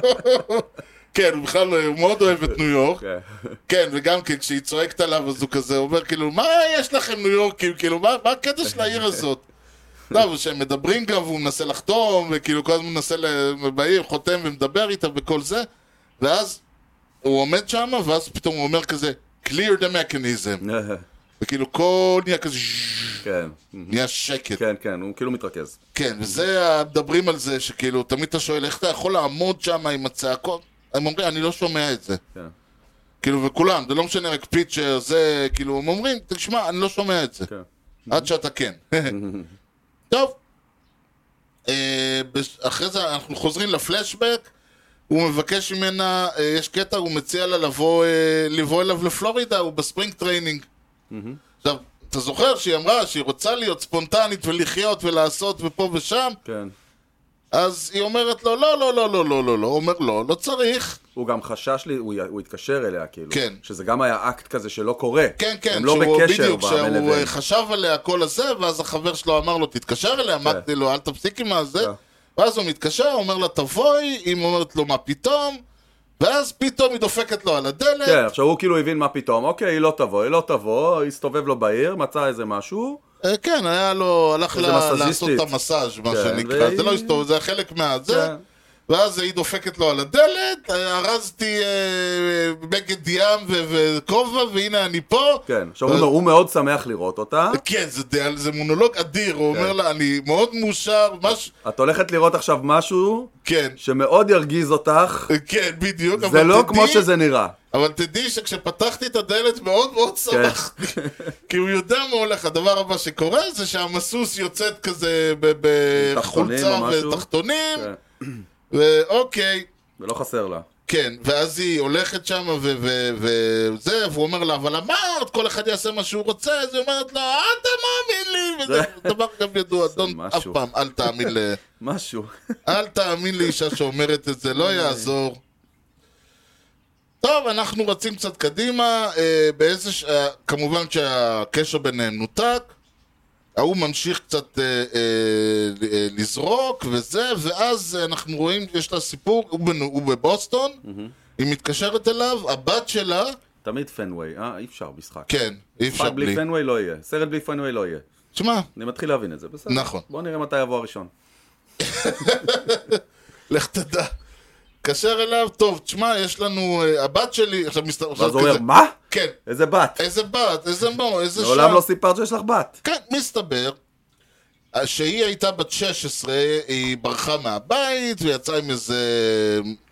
Speaker 1: כן, הוא בכלל, הוא מאוד אוהב את ניו יורק.
Speaker 2: כן.
Speaker 1: כן, וגם כן, כשהיא צועקת עליו, אז הוא כזה אומר, כאילו, מה יש לכם ניו יורקים? כאילו, מה, מה הקטע של העיר הזאת? לא, אבל שהם מדברים גם, והוא מנסה לחתום, וכאילו, כל הזמן מנסה ל- בעיר, חותם ומדבר איתה וכל זה, ואז הוא עומד שם, ואז פתאום הוא אומר כזה, clear the mechanism. וכאילו, כל נהיה כזה, "ז'ז'",
Speaker 2: כן.
Speaker 1: נהיה שקט.
Speaker 2: כן, כן, הוא כאילו מתרכז.
Speaker 1: כן, וזה, ה- מדברים על זה, שכאילו, תמיד אתה שואל, איך אתה יכול לעמוד שם עם הצעקות? הם אומרים, אני לא שומע את זה.
Speaker 2: כן.
Speaker 1: כאילו, וכולם, זה לא משנה, רק פיצ'ר, זה, כאילו, הם אומרים, תשמע, אני לא שומע את זה.
Speaker 2: כן.
Speaker 1: עד שאתה כן. טוב. אה, בש- אחרי זה אנחנו חוזרים לפלשבק, הוא מבקש ממנה, אה, יש קטע, הוא מציע לה לבוא, אה, לבוא אליו לפלורידה, הוא בספרינג טריינינג. עכשיו, אתה זוכר שהיא אמרה שהיא רוצה להיות ספונטנית ולחיות ולעשות ופה ושם?
Speaker 2: כן.
Speaker 1: אז היא אומרת לו, לא, לא, לא, לא, לא, לא, לא, הוא אומר, לא, לא צריך.
Speaker 2: הוא גם חשש לי, הוא, י- הוא התקשר אליה, כאילו.
Speaker 1: כן.
Speaker 2: שזה גם היה אקט כזה שלא קורה.
Speaker 1: כן, כן,
Speaker 2: הם לא
Speaker 1: שהוא
Speaker 2: בקשר
Speaker 1: בדיוק,
Speaker 2: בהם אלה
Speaker 1: שהוא
Speaker 2: והם.
Speaker 1: אה, חשב עליה כל הזה, ואז החבר שלו אמר לו, תתקשר אליה, אמרתי לו, אל תפסיק עם הזה.
Speaker 2: כן.
Speaker 1: ואז הוא מתקשר, אומר לה, תבואי, היא אומרת לו, מה פתאום? ואז פתאום היא דופקת לו על
Speaker 2: כן,
Speaker 1: הדלת,
Speaker 2: עכשיו הוא כאילו הבין מה פתאום, אוקיי, היא לא תבוא, היא לא תבוא, הסתובב לו בעיר, מצא איזה משהו,
Speaker 1: אה, כן, היה לו, הלך
Speaker 2: איזה
Speaker 1: לה- לעשות
Speaker 2: מסאז'יסטית.
Speaker 1: את המסאז' מה
Speaker 2: כן,
Speaker 1: שנקרא, זה
Speaker 2: והיא-
Speaker 1: לא היסטוריה, זה היה חלק מהזה.
Speaker 2: כן.
Speaker 1: ואז היא דופקת לו על הדלת, אה, ארזתי אה, בגד ים ו- וכובע, והנה אני פה.
Speaker 2: כן, עכשיו
Speaker 1: ואז-
Speaker 2: הוא, הוא מאוד שמח לראות אותה,
Speaker 1: כן, זה, דיאל- זה מונולוג אדיר, הוא
Speaker 2: כן.
Speaker 1: אומר לה, אני מאוד מאושר, מש...
Speaker 2: את הולכת לראות עכשיו משהו
Speaker 1: כן,
Speaker 2: שמאוד ירגיז אותך,
Speaker 1: כן, בדיוק,
Speaker 2: זה
Speaker 1: אבל
Speaker 2: לא
Speaker 1: תדעי-
Speaker 2: כמו שזה נראה.
Speaker 1: אבל תדעי שכשפתחתי את הדלת מאוד
Speaker 2: כן.
Speaker 1: מאוד שמחתי, כי הוא יודע מה הולך, הדבר הבא שקורה זה שהמסוס יוצאת כזה ב-
Speaker 2: תחתונים
Speaker 1: בחולצה
Speaker 2: או משהו?
Speaker 1: ותחתונים,
Speaker 2: כן,
Speaker 1: ואוקיי.
Speaker 2: ולא חסר לה.
Speaker 1: כן, ואז היא הולכת שם ו- ו- וזה, והוא אומר לה, אבל אמרת, כל אחד יעשה מה שהוא רוצה, אז היא אומרת לו, אל תאמין לי, וזה דבר גם ידוע, דון, אף
Speaker 2: משהו.
Speaker 1: פעם, אל תאמין ל...
Speaker 2: משהו.
Speaker 1: אל תאמין לאישה שאומרת את זה, לא יעזור. טוב, אנחנו רצים קצת קדימה, אה, באיזה ש... אה, כמובן שהקשר ביניהם נותק, ההוא ממשיך קצת אה, אה, אה, לזרוק וזה, ואז אנחנו רואים, יש לה סיפור, הוא, בנו, הוא בבוסטון, היא מתקשרת אליו, הבת שלה,
Speaker 2: תמיד פנוויי, אה? אי אפשר משחק.
Speaker 1: כן, אי אפשר
Speaker 2: משחק
Speaker 1: בלי.
Speaker 2: בלי פנוויי לא יהיה, סרט בלי פנוויי לא יהיה.
Speaker 1: תשמע,
Speaker 2: אני מתחיל להבין את זה, בסדר.
Speaker 1: נכון.
Speaker 2: בוא נראה מתי יבוא הראשון.
Speaker 1: לך תדע. התקשר אליו, טוב, תשמע, יש לנו, אה, הבת שלי, עכשיו מסתבר,
Speaker 2: ואז הוא אומר, מה?
Speaker 1: כן,
Speaker 2: איזה בת?
Speaker 1: איזה בת, איזה מו, איזה שם.
Speaker 2: מעולם לא סיפרת שיש לך בת.
Speaker 1: כן, מסתבר אה, שהיא הייתה בת 16, היא ברחה מהבית ויצאה עם איזה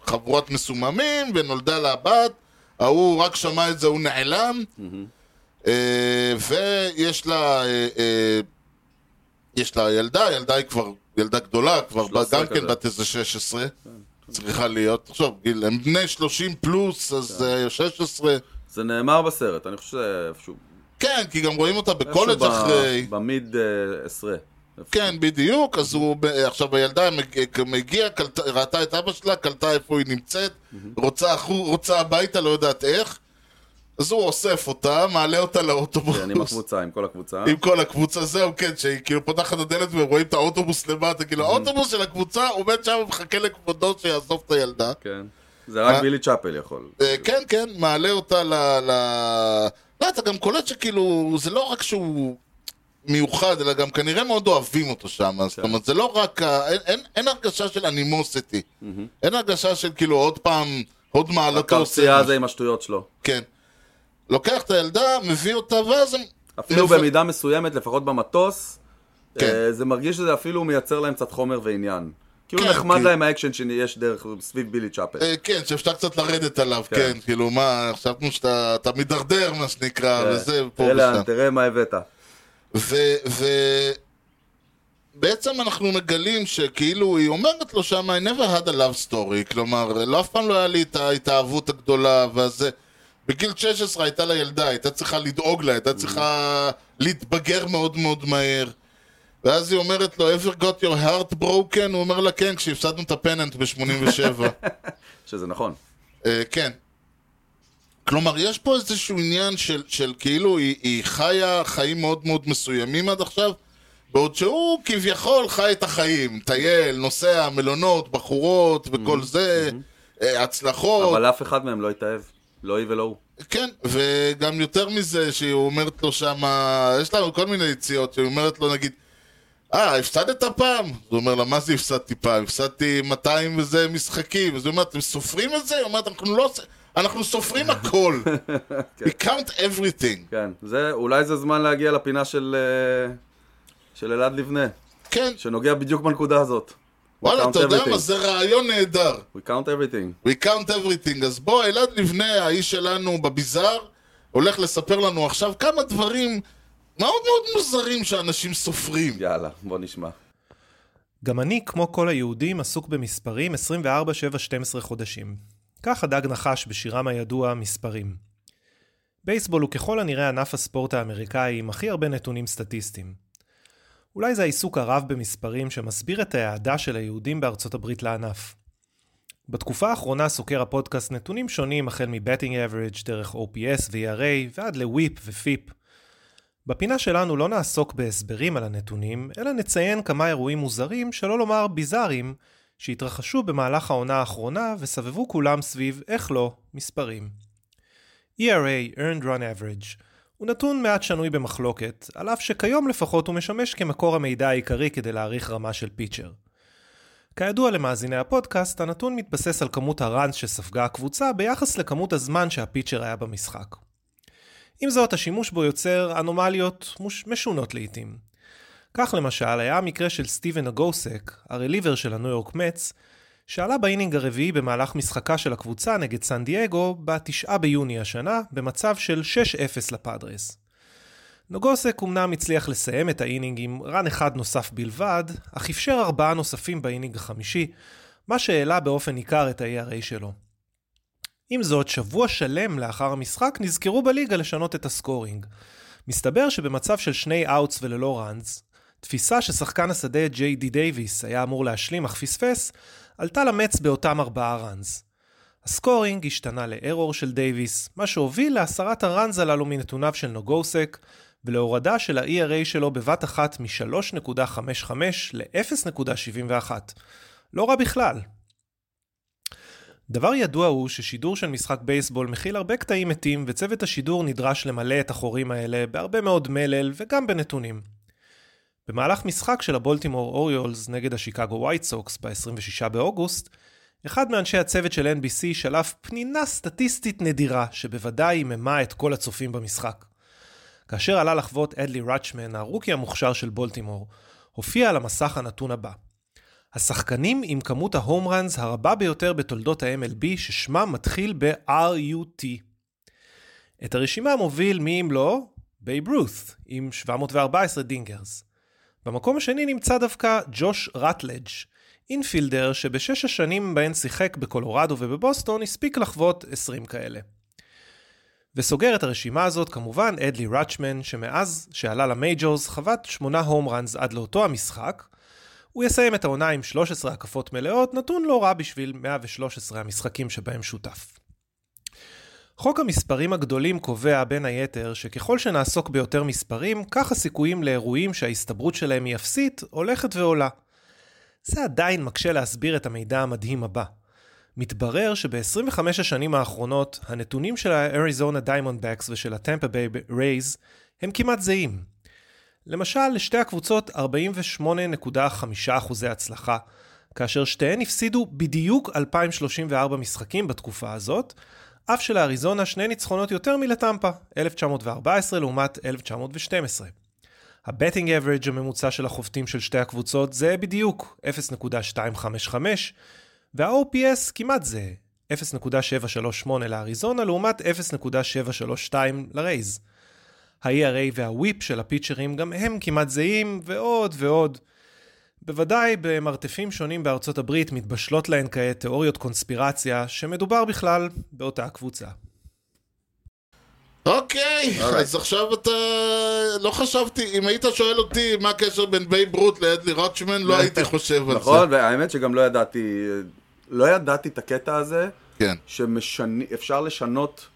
Speaker 1: חבורת מסוממים ונולדה לה בת. ההוא רק שמע את זה, הוא נעלם. אה, ויש לה... אה, אה, יש לה ילדה, הילדה היא כבר ילדה גדולה, כבר בת,
Speaker 2: 13
Speaker 1: גם כן
Speaker 2: כזה. כן,
Speaker 1: בת איזה 16, צריכה להיות, תחשוב, גיל, הם בני 30 פלוס,
Speaker 2: כן.
Speaker 1: אז אה, 16,
Speaker 2: זה נאמר בסרט, אני חושב שזה איפשהו...
Speaker 1: כן, כי גם רואים אותה
Speaker 2: איפשהו
Speaker 1: בקולג'
Speaker 2: ב-
Speaker 1: אחרי.
Speaker 2: במיד אה, עשרה.
Speaker 1: כן, בדיוק, אז הוא, ב- עכשיו הילדה מג- מגיעה, קלטה- ראתה את אבא שלה, קלטה איפה היא נמצאת, רוצה החור, רוצה הביתה, לא יודעת איך, אז הוא אוסף אותה, מעלה אותה לאוטובוס.
Speaker 2: כן, עם הקבוצה, עם כל הקבוצה.
Speaker 1: עם כל הקבוצה, זהו, כן, שהיא כאילו פותחת את הדלת ורואים את האוטובוס למטה, כאילו האוטובוס של הקבוצה עומד שם ומחכה לכבודו שיאסוף את הילדה.
Speaker 2: כן. זה רק
Speaker 1: מה?
Speaker 2: בילי צ'אפל יכול.
Speaker 1: אה, כן, כן, מעלה אותה ל... ל... לא, אתה גם קולט שכאילו, זה לא רק שהוא מיוחד, אלא גם כנראה מאוד אוהבים אותו שם,
Speaker 2: כן.
Speaker 1: אז זאת אומרת, זה לא רק... ה... אין, אין, אין הרגשה של אנימוסיטי. אין הרגשה של כאילו עוד פעם הוד מעלתו
Speaker 2: הקרצייה
Speaker 1: עושה את
Speaker 2: הזה
Speaker 1: זה.
Speaker 2: עם השטויות שלו.
Speaker 1: כן. לוקח את הילדה, מביא אותה, ואז הם...
Speaker 2: אפילו
Speaker 1: מב-
Speaker 2: במידה מסוימת, לפחות במטוס,
Speaker 1: כן.
Speaker 2: אה, זה מרגיש שזה אפילו מייצר להם קצת חומר ועניין. כאילו
Speaker 1: כן,
Speaker 2: נחמד
Speaker 1: כי-
Speaker 2: להם האקשן שיש דרך סביב בילי צ'אפל.
Speaker 1: אה, כן, שאפשר קצת לרדת עליו,
Speaker 2: כן.
Speaker 1: כן, כאילו מה, חשבנו שאתה אתה מידרדר, מה שנקרא,
Speaker 2: אה,
Speaker 1: וזה, פה
Speaker 2: תראה לאן,
Speaker 1: ושם.
Speaker 2: תראה מה הבאת.
Speaker 1: ו... ו... בעצם אנחנו מגלים שכאילו היא אומרת לו שם I never had a love story כלומר לא אף פעם לא היה לי את ההתאהבות הגדולה ואז זה- בגיל 16 הייתה לה ילדה הייתה צריכה לדאוג לה הייתה צריכה להתבגר מאוד מאוד מהר ואז היא אומרת לו ever got your heart broken הוא אומר לה כן כשהפסדנו את הפננט ב-87
Speaker 2: שזה נכון.
Speaker 1: אה, כן. כלומר, יש פה איזשהו עניין של, של כאילו היא, היא חיה חיים מאוד מאוד מסוימים עד עכשיו, בעוד שהוא כביכול חי את החיים, טייל, נוסע, מלונות, בחורות וכל זה, אה, הצלחות,
Speaker 2: אבל אף אחד מהם לא התאהב. לא היא ולא הוא.
Speaker 1: כן, וגם יותר מזה שהיא אומרת לו שמה, יש לנו כל מיני יציאות שהיא אומרת לו נגיד, אה, הפסדת פעם? אז הוא אומר לה, מה זה הפסדתי פעם? הפסדתי 200 וזה משחקים. אז היא אומרת, אתם סופרים את זה? היא אומרת, אנחנו לא... עוש- אנחנו סופרים הכל. We count everything.
Speaker 2: כן. זה, אולי זה זמן להגיע לפינה של... אה, של אלעד לבנה,
Speaker 1: כן,
Speaker 2: שנוגע בדיוק בנקודה הזאת.
Speaker 1: וואלה,
Speaker 2: count
Speaker 1: אתה יודע
Speaker 2: everything.
Speaker 1: מה? זה רעיון נהדר.
Speaker 2: We count everything.
Speaker 1: We count everything. אז בוא, אלעד לבנה, האיש שלנו בביזאר, הולך לספר לנו עכשיו כמה דברים מאוד מאוד מוזרים שאנשים סופרים.
Speaker 2: יאללה, בוא נשמע.
Speaker 5: גם אני, כמו כל היהודים, עסוק במספרים 24, 7, 12 חודשים. כך הדג נחש בשירם הידוע "מספרים". בייסבול הוא ככל הנראה ענף הספורט האמריקאי עם הכי הרבה נתונים סטטיסטיים. אולי זה העיסוק הרב במספרים שמסביר את ההאהדה של היהודים בארצות הברית לענף. בתקופה האחרונה סוקר הפודקאסט נתונים שונים החל מבטינג אברג' דרך OPS ו-ERA ועד לוויפ ופיפ. בפינה שלנו לא נעסוק בהסברים על הנתונים, אלא נציין כמה אירועים מוזרים, שלא לומר ביזאריים, שהתרחשו במהלך העונה האחרונה וסבבו כולם סביב, איך לא, מספרים. ERA, earned run average, הוא נתון מעט שנוי במחלוקת, על אף שכיום לפחות הוא משמש כמקור המידע העיקרי כדי להעריך רמה של פיצ'ר. כידוע למאזיני הפודקאסט, הנתון מתבסס על כמות הראנס שספגה הקבוצה ביחס לכמות הזמן שהפיצ'ר היה במשחק. עם זאת, השימוש בו יוצר אנומליות מוש... משונות לעיתים. כך למשל, היה המקרה של סטיבן אגוסק, הרליבר של הניו יורק מצ, שעלה באינינג הרביעי במהלך משחקה של הקבוצה נגד סן דייגו ב-9 ביוני השנה, במצב של 6-0 לפאדרס. נוגוסק אמנם הצליח לסיים את האינינג עם רן אחד נוסף בלבד, אך אפשר ארבעה נוספים באינינג החמישי, מה שהעלה באופן ניכר את ה-ERA שלו. עם זאת, שבוע שלם לאחר המשחק נזכרו בליגה לשנות את הסקורינג. מסתבר שבמצב של שני אאוטס וללא ראנס, תפיסה ששחקן השדה ג'יי די דייוויס היה אמור להשלים אך פספס, עלתה למץ באותם ארבעה ראנס. הסקורינג השתנה לארור של דייוויס, מה שהוביל להסרת הראנז הללו מנתוניו של נוגוסק, ולהורדה של ה-ERA שלו בבת אחת מ-3.55 ל-0.71. לא רע בכלל, דבר ידוע הוא ששידור של משחק בייסבול מכיל הרבה קטעים מתים וצוות השידור נדרש למלא את החורים האלה בהרבה מאוד מלל וגם בנתונים. במהלך משחק של הבולטימור אוריולס נגד השיקגו ווייט סוקס ב-26 באוגוסט, אחד מאנשי הצוות של NBC שלף פנינה סטטיסטית נדירה שבוודאי עיממה את כל הצופים במשחק. כאשר עלה לחוות אדלי ראצ'מן, הרוקי המוכשר של בולטימור, הופיע על המסך הנתון הבא: השחקנים עם כמות ההום ראנס הרבה ביותר בתולדות ה-MLB ששמם מתחיל ב-RUT. את הרשימה מוביל מי אם לא? בייב רות' עם 714 דינגרס. במקום השני נמצא דווקא ג'וש רטלג', אינפילדר שבשש השנים בהן שיחק בקולורדו ובבוסטון הספיק לחוות 20 כאלה. וסוגר את הרשימה הזאת כמובן אדלי ראצ'מן שמאז שעלה למייג'ורס חבט 8 הום ראנס עד לאותו המשחק, הוא יסיים את העונה עם 13 הקפות מלאות, נתון לא רע בשביל 113 המשחקים שבהם שותף. חוק המספרים הגדולים קובע בין היתר שככל שנעסוק ביותר מספרים, כך הסיכויים לאירועים שההסתברות שלהם היא אפסית הולכת ועולה. זה עדיין מקשה להסביר את המידע המדהים הבא. מתברר שב-25 השנים האחרונות, הנתונים של האריזונה דיימונדבקס ושל הטמפה ביי רייז הם כמעט זהים. למשל, לשתי הקבוצות 48.5% הצלחה, כאשר שתיהן הפסידו בדיוק 2,034 משחקים בתקופה הזאת, אף שלאריזונה שני ניצחונות יותר מלטמפה, 1914 לעומת 1912. הבטינג אברג' הממוצע של החובטים של שתי הקבוצות זהה בדיוק, 0.255, וה-OPS כמעט זהה, 0.738 לאריזונה לעומת 0.732 לרייז. ה-ERA וה-WIP של הפיצ'רים גם הם כמעט זהים, ועוד ועוד. בוודאי במרתפים שונים בארצות הברית מתבשלות להן כעת תיאוריות קונספירציה שמדובר בכלל באותה קבוצה.
Speaker 1: אוקיי,
Speaker 2: Alright.
Speaker 1: אז עכשיו אתה... לא חשבתי, אם היית שואל אותי מה הקשר בין בייב רוט לאדלי רוטשמן, לא הייתי חושב על זה.
Speaker 2: נכון, והאמת שגם לא ידעתי, לא ידעתי את הקטע הזה,
Speaker 1: כן.
Speaker 2: שאפשר לשנות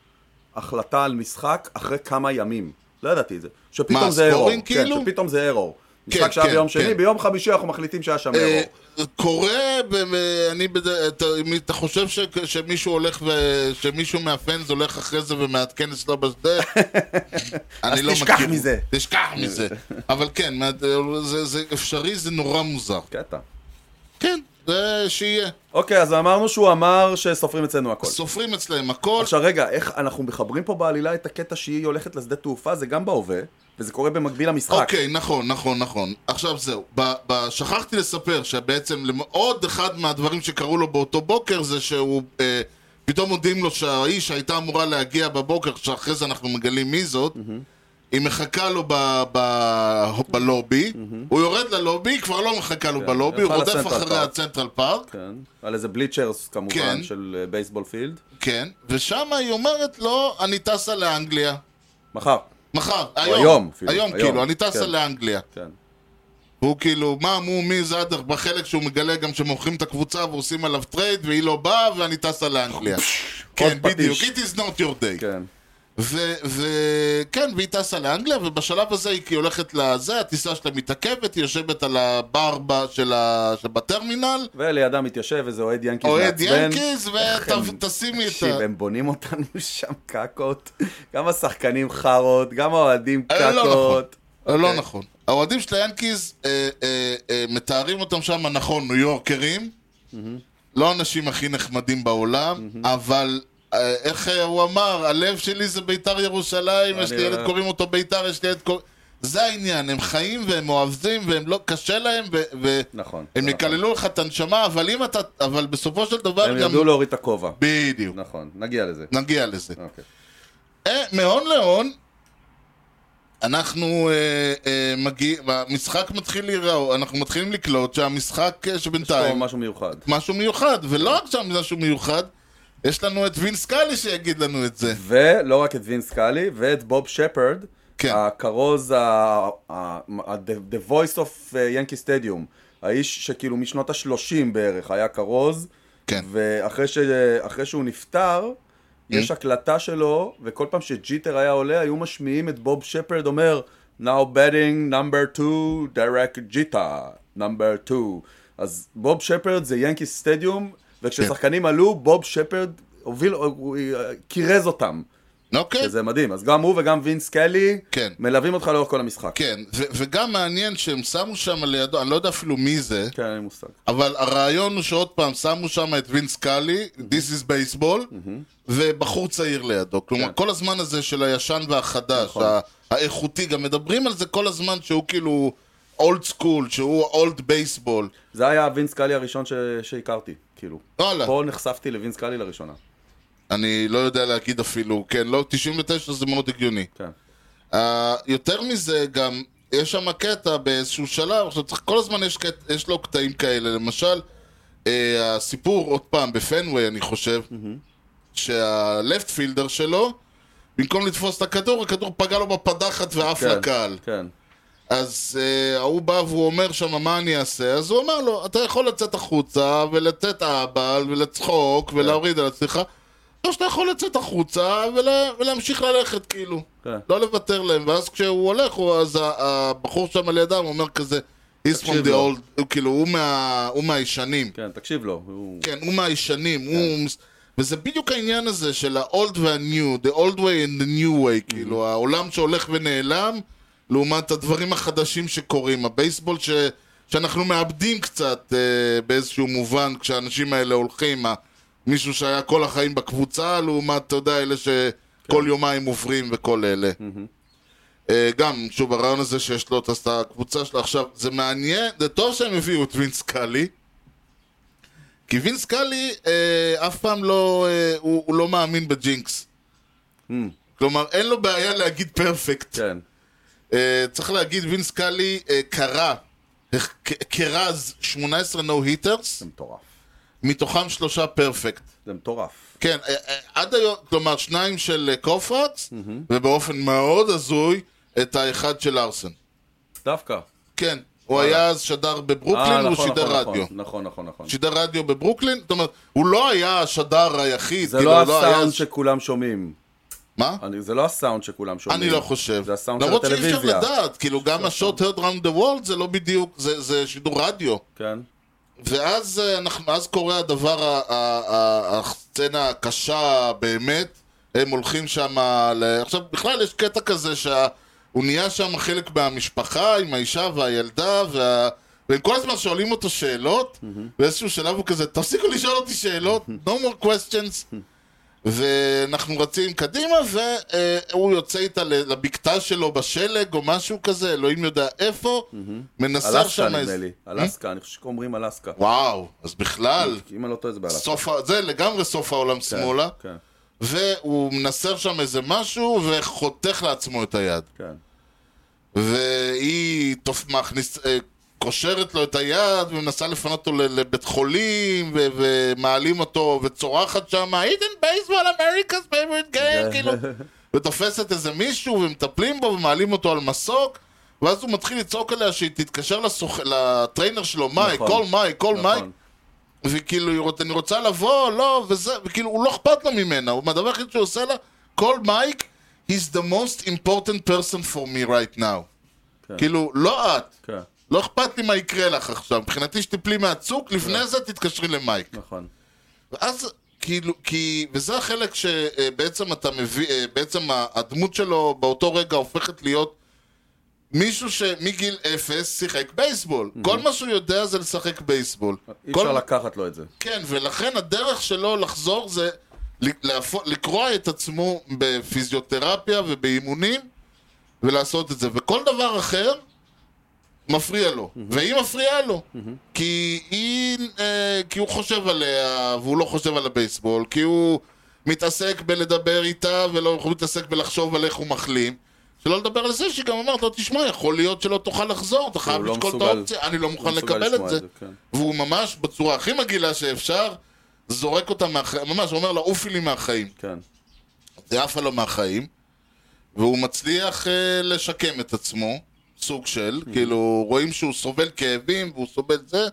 Speaker 2: החלטה על משחק אחרי כמה ימים. לא ידעתי את זה. שפתאום
Speaker 1: מה,
Speaker 2: זה אירור.
Speaker 1: סקורינג כאילו?
Speaker 2: כן, שפתאום זה אירור.
Speaker 1: כן,
Speaker 2: משחק שהיה
Speaker 1: כן,
Speaker 2: ביום שני,
Speaker 1: כן.
Speaker 2: ביום חמישי אנחנו מחליטים שהיה שם אירור.
Speaker 1: אה, קורה, ב- ב- אני, בד- אתה- אם אתה חושב ש- שמישהו הולך ו... שמישהו מהפאנס הולך אחרי זה ומעדכן אצלו בשדה, אני לא מכיר.
Speaker 2: תשכח מזה.
Speaker 1: תשכח מזה. אבל כן, מה- זה- זה אפשרי, זה נורא מוזר.
Speaker 2: קטע.
Speaker 1: כן, זה שיהיה.
Speaker 2: אוקיי, אז אמרנו שהוא אמר שסופרים אצלנו הכל.
Speaker 1: סופרים אצלהם הכל.
Speaker 2: עכשיו רגע, איך אנחנו מחברים פה בעלילה את הקטע שהיא הולכת לשדה תעופה, זה גם בהווה, וזה קורה במקביל למשחק.
Speaker 1: אוקיי, נכון, נכון, נכון. עכשיו זהו. ב- ב- שכחתי לספר שבעצם למ- עוד אחד מהדברים שקרו לו באותו בוקר זה שהוא... אה, פתאום מודיעים לו שהאיש שהייתה אמורה להגיע בבוקר, שאחרי זה אנחנו מגלים מי זאת, היא מחכה לו ב- ב- בלובי, הוא יורד ללובי, היא כבר לא מחכה
Speaker 2: כן,
Speaker 1: לו בלובי, הוא
Speaker 2: הלכה
Speaker 1: רודף
Speaker 2: לסנטרל
Speaker 1: אחרי
Speaker 2: פארק.
Speaker 1: הצנטרל פארק,
Speaker 2: כן. על איזה בליצ'רס כמובן,
Speaker 1: כן.
Speaker 2: של אה, בייסבול פילד.
Speaker 1: כן, ושם היא אומרת לו, אני טסה לאנגליה.
Speaker 2: מחר.
Speaker 1: מחר,
Speaker 2: היום
Speaker 1: היום,
Speaker 2: אפילו,
Speaker 1: היום,
Speaker 2: היום,
Speaker 1: כאילו, אני טסה
Speaker 2: כן.
Speaker 1: לאנגליה.
Speaker 2: כן.
Speaker 1: והוא כאילו, מה, מו, מי, זאדר, בחלק שהוא מגלה גם שמוכרים את הקבוצה ועושים עליו טרייד והיא לא באה ואני טסה לאנגליה.
Speaker 2: עוד
Speaker 1: כן,
Speaker 2: פטיש.
Speaker 1: בדיוק, it is not your day.
Speaker 2: כן.
Speaker 1: ו- וכן, והיא טסה לאנגליה, ובשלב הזה היא כי הולכת לזה, הטיסה שלה מתעכבת, היא יושבת על הבר ב- של ה- שבטרמינל,
Speaker 2: ולידם מתיישב איזה אוהד ינקיז
Speaker 1: אוהד
Speaker 2: מעצבן.
Speaker 1: ינקיז,
Speaker 2: איך הם-
Speaker 1: ותשימי את
Speaker 2: תקשיב,
Speaker 1: ה...
Speaker 2: הם בונים אותנו שם קקות. גם השחקנים חארות, גם האוהדים
Speaker 1: אה, לא
Speaker 2: קקות.
Speaker 1: אה,
Speaker 2: אוקיי.
Speaker 1: לא נכון. האוהדים של היאנקיז אה, אה, אה, מתארים אותם שם, נכון, ניו יורקרים, לא האנשים הכי נחמדים בעולם, אבל אה, איך אה, הוא אמר, הלב שלי זה ביתר ירושלים, יש לי
Speaker 2: אני-
Speaker 1: ילד קוראים אותו ביתר, יש לי ילד קוראים... זה העניין, הם חיים והם אוהבים והם לא קשה להם ו- ו-
Speaker 2: נכון.
Speaker 1: הם
Speaker 2: נכון.
Speaker 1: יקללו לך את הנשמה, אבל אם אתה... אבל בסופו של
Speaker 2: הם
Speaker 1: דבר גם...
Speaker 2: ידעו להוריד את הכובע.
Speaker 1: בדיוק.
Speaker 2: נכון, נגיע לזה.
Speaker 1: נגיע לזה.
Speaker 2: אוקיי.
Speaker 1: אה, מהון להון, אנחנו אה, אה, מגיעים, המשחק מתחיל להיראות, אנחנו מתחילים לקלוט שהמשחק אה,
Speaker 2: יש פה
Speaker 1: שבינתיים,
Speaker 2: משהו מיוחד.
Speaker 1: משהו מיוחד, ולא רק שם משהו מיוחד, יש לנו את וין סקאלי שיגיד לנו את זה.
Speaker 2: ולא רק את וינס קאלי, ואת בוב שפרד,
Speaker 1: כן.
Speaker 2: הכרוז, ה- ה- ה- the the voice of ינקי סטדיום, האיש שכאילו משנות ה-30 בערך היה כרוז,
Speaker 1: כן.
Speaker 2: ואחרי ש- אחרי שהוא נפטר, יש הקלטה שלו, וכל פעם שג'יטר היה עולה, היו משמיעים את בוב שפרד אומר, Now betting number 2, דרק ג'יטה, number 2. אז בוב שפרד זה ינקי סטדיום, וכששחקנים עלו, בוב שפרד הוביל, הוא אה, קירז אותם.
Speaker 1: אוקיי?
Speaker 2: שזה מדהים. אז גם הוא וגם וינס קלי
Speaker 1: כן.
Speaker 2: מלווים אותך לאורך כל המשחק.
Speaker 1: כן, ו- וגם מעניין שהם שמו שם לידו, אני לא יודע אפילו מי זה,
Speaker 2: כן, אין לי מושג.
Speaker 1: אבל הרעיון הוא שעוד פעם, שמו שם את וין סקאלי, This is Baseball, ובחור צעיר לידו. כלומר,
Speaker 2: כן. נכון.
Speaker 1: כל הזמן הזה של הישן והחדש, ה- האיכותי, גם מדברים על זה כל הזמן שהוא כאילו אולד סקול, שהוא אולד בייסבול.
Speaker 2: זה היה וינס קלי הראשון ש... שהכרתי, כאילו.
Speaker 1: וואלה,
Speaker 2: פה נחשפתי לווינס קלי לראשונה.
Speaker 1: אני לא יודע להגיד אפילו, כן, לא, 99 זה מאוד הגיוני.
Speaker 2: כן.
Speaker 1: Uh, יותר מזה, גם יש שם קטע באיזשהו שלב, עכשיו צריך, כל הזמן יש, קט, יש לו קטעים כאלה, למשל, uh, הסיפור, עוד פעם, בפנוויי, אני חושב, שהלפט פילדר שלו, במקום לתפוס את הכדור, הכדור פגע לו בפדחת ועף
Speaker 2: כן,
Speaker 1: לקהל.
Speaker 2: כן.
Speaker 1: אז אה, ההוא בא והוא אומר שם, מה אני אעשה? אז הוא אמר לו, אתה יכול לצאת החוצה ולתת אהבל ולצחוק
Speaker 2: כן.
Speaker 1: ולהוריד על עצמך, או שאתה יכול לצאת החוצה ולה, ולהמשיך ללכת, כאילו.
Speaker 2: כן.
Speaker 1: לא לוותר להם. ואז כשהוא הולך, הוא, אז ה- הבחור שם לידם אומר כזה, he's
Speaker 2: תקשיב
Speaker 1: from the
Speaker 2: לו."
Speaker 1: old, הוא כאילו, הוא, מה, הוא מהישנים.
Speaker 2: כן, תקשיב לו. הוא...
Speaker 1: כן, הוא מהישנים, הוא... וזה בדיוק העניין הזה של ה-old וה-new, the old way and the new way, כאילו, העולם שהולך ונעלם, לעומת הדברים החדשים שקורים, הבייסבול ש... שאנחנו מאבדים קצת אה, באיזשהו מובן כשהאנשים האלה הולכים, ה- מישהו שהיה כל החיים בקבוצה, לעומת, אתה יודע, אלה שכל יומיים עוברים וכל אלה. אה, גם, שוב, הרעיון הזה שיש לו את את הקבוצה שלו עכשיו, זה מעניין, זה טוב שהם הביאו את וינס קאלי, כי וינס קאלי אה, אף פעם לא, אה, הוא, הוא לא מאמין בג'ינקס. כלומר, אין לו בעיה להגיד פרפקט.
Speaker 2: Hmm. כן.
Speaker 1: אה, צריך להגיד, וינס קאלי אה, קרא, אה, כ- כרז 18 נו היטרס,
Speaker 2: זה מטורף.
Speaker 1: מתוכם שלושה פרפקט.
Speaker 2: זה מטורף.
Speaker 1: כן, אה, אה, עד היום, כלומר, שניים של אה, קופרץ,
Speaker 2: Hmm.
Speaker 1: ובאופן מאוד הזוי, את האחד של ארסן.
Speaker 2: דווקא.
Speaker 1: כן, הוא היה אז שדר
Speaker 2: אה,
Speaker 1: בברוקלין,
Speaker 2: נכון,
Speaker 1: הוא
Speaker 2: נכון,
Speaker 1: שידר
Speaker 2: נכון,
Speaker 1: רדיו.
Speaker 2: נכון, נכון, נכון.
Speaker 1: שידר רדיו בברוקלין, זאת אומרת, הוא לא היה השדר היחיד.
Speaker 2: זה
Speaker 1: כאילו,
Speaker 2: לא
Speaker 1: הוא היה-
Speaker 2: הסאונד שכולם שומעים.
Speaker 1: מה?
Speaker 2: אני- זה לא הסאונד שכולם שומעים.
Speaker 1: אני לא חושב.
Speaker 2: זה הסאונד של
Speaker 1: למרות שאי אפשר
Speaker 2: הטלוויזיה.
Speaker 1: לדעת, כאילו גם השוט heard round the world זה לא בדיוק, זה זה שידור רדיו.
Speaker 2: כן.
Speaker 1: ואז אה, אנחנו, אז קורה הדבר, ה- ה- ה- הסצנה הקשה באמת, הם הולכים שם, ל... עכשיו בכלל יש קטע כזה שהוא נהיה שם חלק מהמשפחה עם האישה והילדה, וה... והם כל הזמן שואלים אותו שאלות, באיזשהו שלב הוא כזה, תפסיקו לשאול אותי שאלות, no more questions. ואנחנו רצים קדימה, והוא יוצא איתה ל- לבקתה שלו בשלג או משהו כזה, אלוהים יודע איפה, מנסר
Speaker 2: אלסקה
Speaker 1: שם
Speaker 2: נדמה
Speaker 1: איזה...
Speaker 2: לי. אלסקה, אני חושב שאומרים אלסקה.
Speaker 1: וואו, אז בכלל,
Speaker 2: אם אני לא טועה זה באלסקה.
Speaker 1: סוף, ה- זה לגמרי סוף העולם
Speaker 2: כן,
Speaker 1: שמאלה,
Speaker 2: כן,
Speaker 1: והוא מנסר שם איזה משהו וחותך לעצמו את היד.
Speaker 2: כן.
Speaker 1: והיא תופ... מכניס... אה, קושרת לו את היד ומנסה לפנות אותו ל- לבית חולים ו- ומעלים אותו וצורחת שם hidden baseball America's favorite game כאילו ותופסת איזה מישהו ומטפלים בו ומעלים אותו על מסוק ואז הוא מתחיל לצעוק עליה שהיא תתקשר לסוכ... לטריינר שלו מייק,
Speaker 2: נכון.
Speaker 1: כל מייק, כל מייק
Speaker 2: נכון.
Speaker 1: וכאילו, היא רוצ- אני רוצה לבוא, לא, וזה, וכאילו, הוא לא אכפת לו ממנה, הוא הדבר היחיד שהוא עושה לה, כל מייק, he's the most important person for me right now.
Speaker 2: כן.
Speaker 1: כאילו, לא את,
Speaker 2: כן,
Speaker 1: לא אכפת לי מה יקרה לך עכשיו, מבחינתי שתיפלי מהצוק,
Speaker 2: כן.
Speaker 1: לפני זה תתקשרי למייק.
Speaker 2: נכון.
Speaker 1: ואז, כאילו, כי, וזה החלק שבעצם אתה מביא, אה, בעצם ה- הדמות שלו באותו רגע הופכת להיות מישהו שמגיל אפס שיחק בייסבול. כל מה שהוא יודע זה לשחק בייסבול.
Speaker 2: Mhm. אי
Speaker 1: כל-
Speaker 2: אפשר לקחת לו את זה.
Speaker 1: כן, ולכן הדרך שלו לחזור זה להפו- לקרוע את עצמו בפיזיותרפיה ובאימונים ולעשות את זה. וכל דבר אחר מפריע לו, והיא מפריעה לו. כי היא, אה, כי הוא חושב עליה והוא לא חושב על הבייסבול, כי הוא מתעסק בלדבר איתה ולא הוא מתעסק בלחשוב על איך הוא מחלים. שלא לדבר על זה שהיא גם אמרת לו, תשמע, יכול להיות שלא תוכל לחזור, אתה חייב
Speaker 2: הוא לא
Speaker 1: לשקול את
Speaker 2: מסוגל-
Speaker 1: האופציה, אני לא
Speaker 2: הוא
Speaker 1: מוכן
Speaker 2: מסוגל
Speaker 1: לקבל
Speaker 2: לשמוע
Speaker 1: את זה.
Speaker 2: כן.
Speaker 1: והוא ממש, בצורה הכי מגעילה שאפשר, זורק אותה מהחיים, ממש, הוא אומר לה, עופי לי מהחיים.
Speaker 2: כן,
Speaker 1: זה עפה לו מהחיים, והוא מצליח אה, לשקם את עצמו, סוג של, כאילו, רואים שהוא סובל כאבים, והוא סובל זה,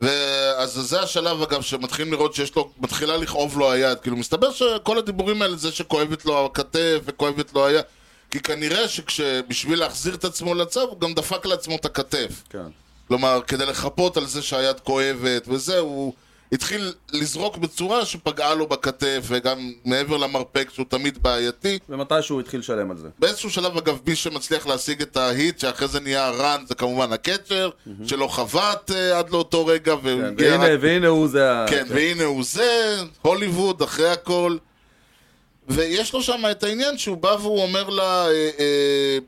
Speaker 1: ואז זה השלב, אגב, שמתחילים לראות שיש לו, מתחילה לכאוב לו היד, כאילו, מסתבר שכל הדיבורים האלה זה שכואבת לו הכתף וכואבת לו היד, כי כנראה שכשבשביל להחזיר את עצמו לצו, הוא גם דפק לעצמו את הכתף.
Speaker 2: כן.
Speaker 1: כלומר, כדי לחפות על זה שהיד כואבת וזה, הוא התחיל לזרוק בצורה שפגעה לו בכתף וגם מעבר למרפק שהוא תמיד בעייתי.
Speaker 2: ומתישהו הוא התחיל לשלם על זה.
Speaker 1: באיזשהו שלב, אגב, מי שמצליח להשיג את ההיט, שאחרי זה נהיה הרן, זה כמובן הקצ'ר, שלא חבט אה, עד לאותו רגע, והוא
Speaker 2: כן,
Speaker 1: הגיע רק
Speaker 2: והנה, והנה הוא זה ה...
Speaker 1: כן, והנה הוא זה, הוליווד, אחרי הכל. ויש לו שם את העניין שהוא בא והוא אומר לה, אה, אה,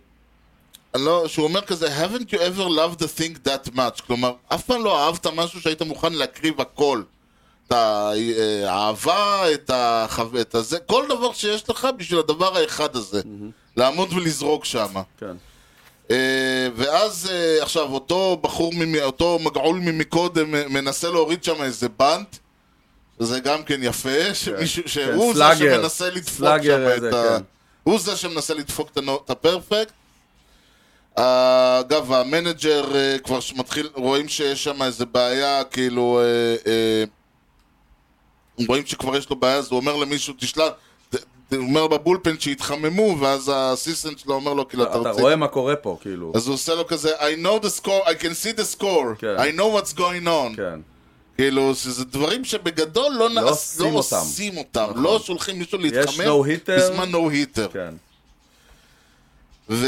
Speaker 1: אני לא, שהוא אומר כזה, haven't you ever loved a thing that much? כלומר, אף פעם לא אהבת משהו שהיית מוכן להקריב הכל. את האהבה, את, החו... את הזה, כל דבר שיש לך בשביל הדבר האחד הזה. לעמוד ולזרוק שמה.
Speaker 2: כן,
Speaker 1: אה, ואז אה, עכשיו אותו בחור, ממ- אותו מגעול ממקודם אה, מנסה להוריד שם איזה בנט זה גם כן יפה, שמישהו, שהוא זה
Speaker 2: סלאגר.
Speaker 1: שמנסה לדפוק
Speaker 2: סלאגר
Speaker 1: שם את
Speaker 2: הזה,
Speaker 1: ה...
Speaker 2: כן.
Speaker 1: הוא זה שמנסה לדפוק את הנו- את הפרפקט אה, אגב, המנג'ר אה, כבר מתחיל, רואים שיש שם איזה בעיה, כאילו, אה, אה, רואים שכבר יש לו בעיה, אז הוא אומר למישהו, תשלח, ת- ת- הוא אומר בבולפן שיתחממו, ואז הסיסטנט שלו אומר לו, כאילו, אתה
Speaker 2: אתה
Speaker 1: רוצה...
Speaker 2: רואה מה קורה פה, כאילו.
Speaker 1: אז הוא עושה לו כזה, I know the score, I can see the score,
Speaker 2: כן.
Speaker 1: I know what's going on.
Speaker 2: כן,
Speaker 1: כאילו, שזה דברים שבגדול לא, נעש,
Speaker 2: עושים
Speaker 1: לא
Speaker 2: אותם. נכון.
Speaker 1: עושים אותם, לא שולחים מישהו להתחמם
Speaker 2: no-hitter.
Speaker 1: בזמן נו היטר.
Speaker 2: כן.
Speaker 1: ו...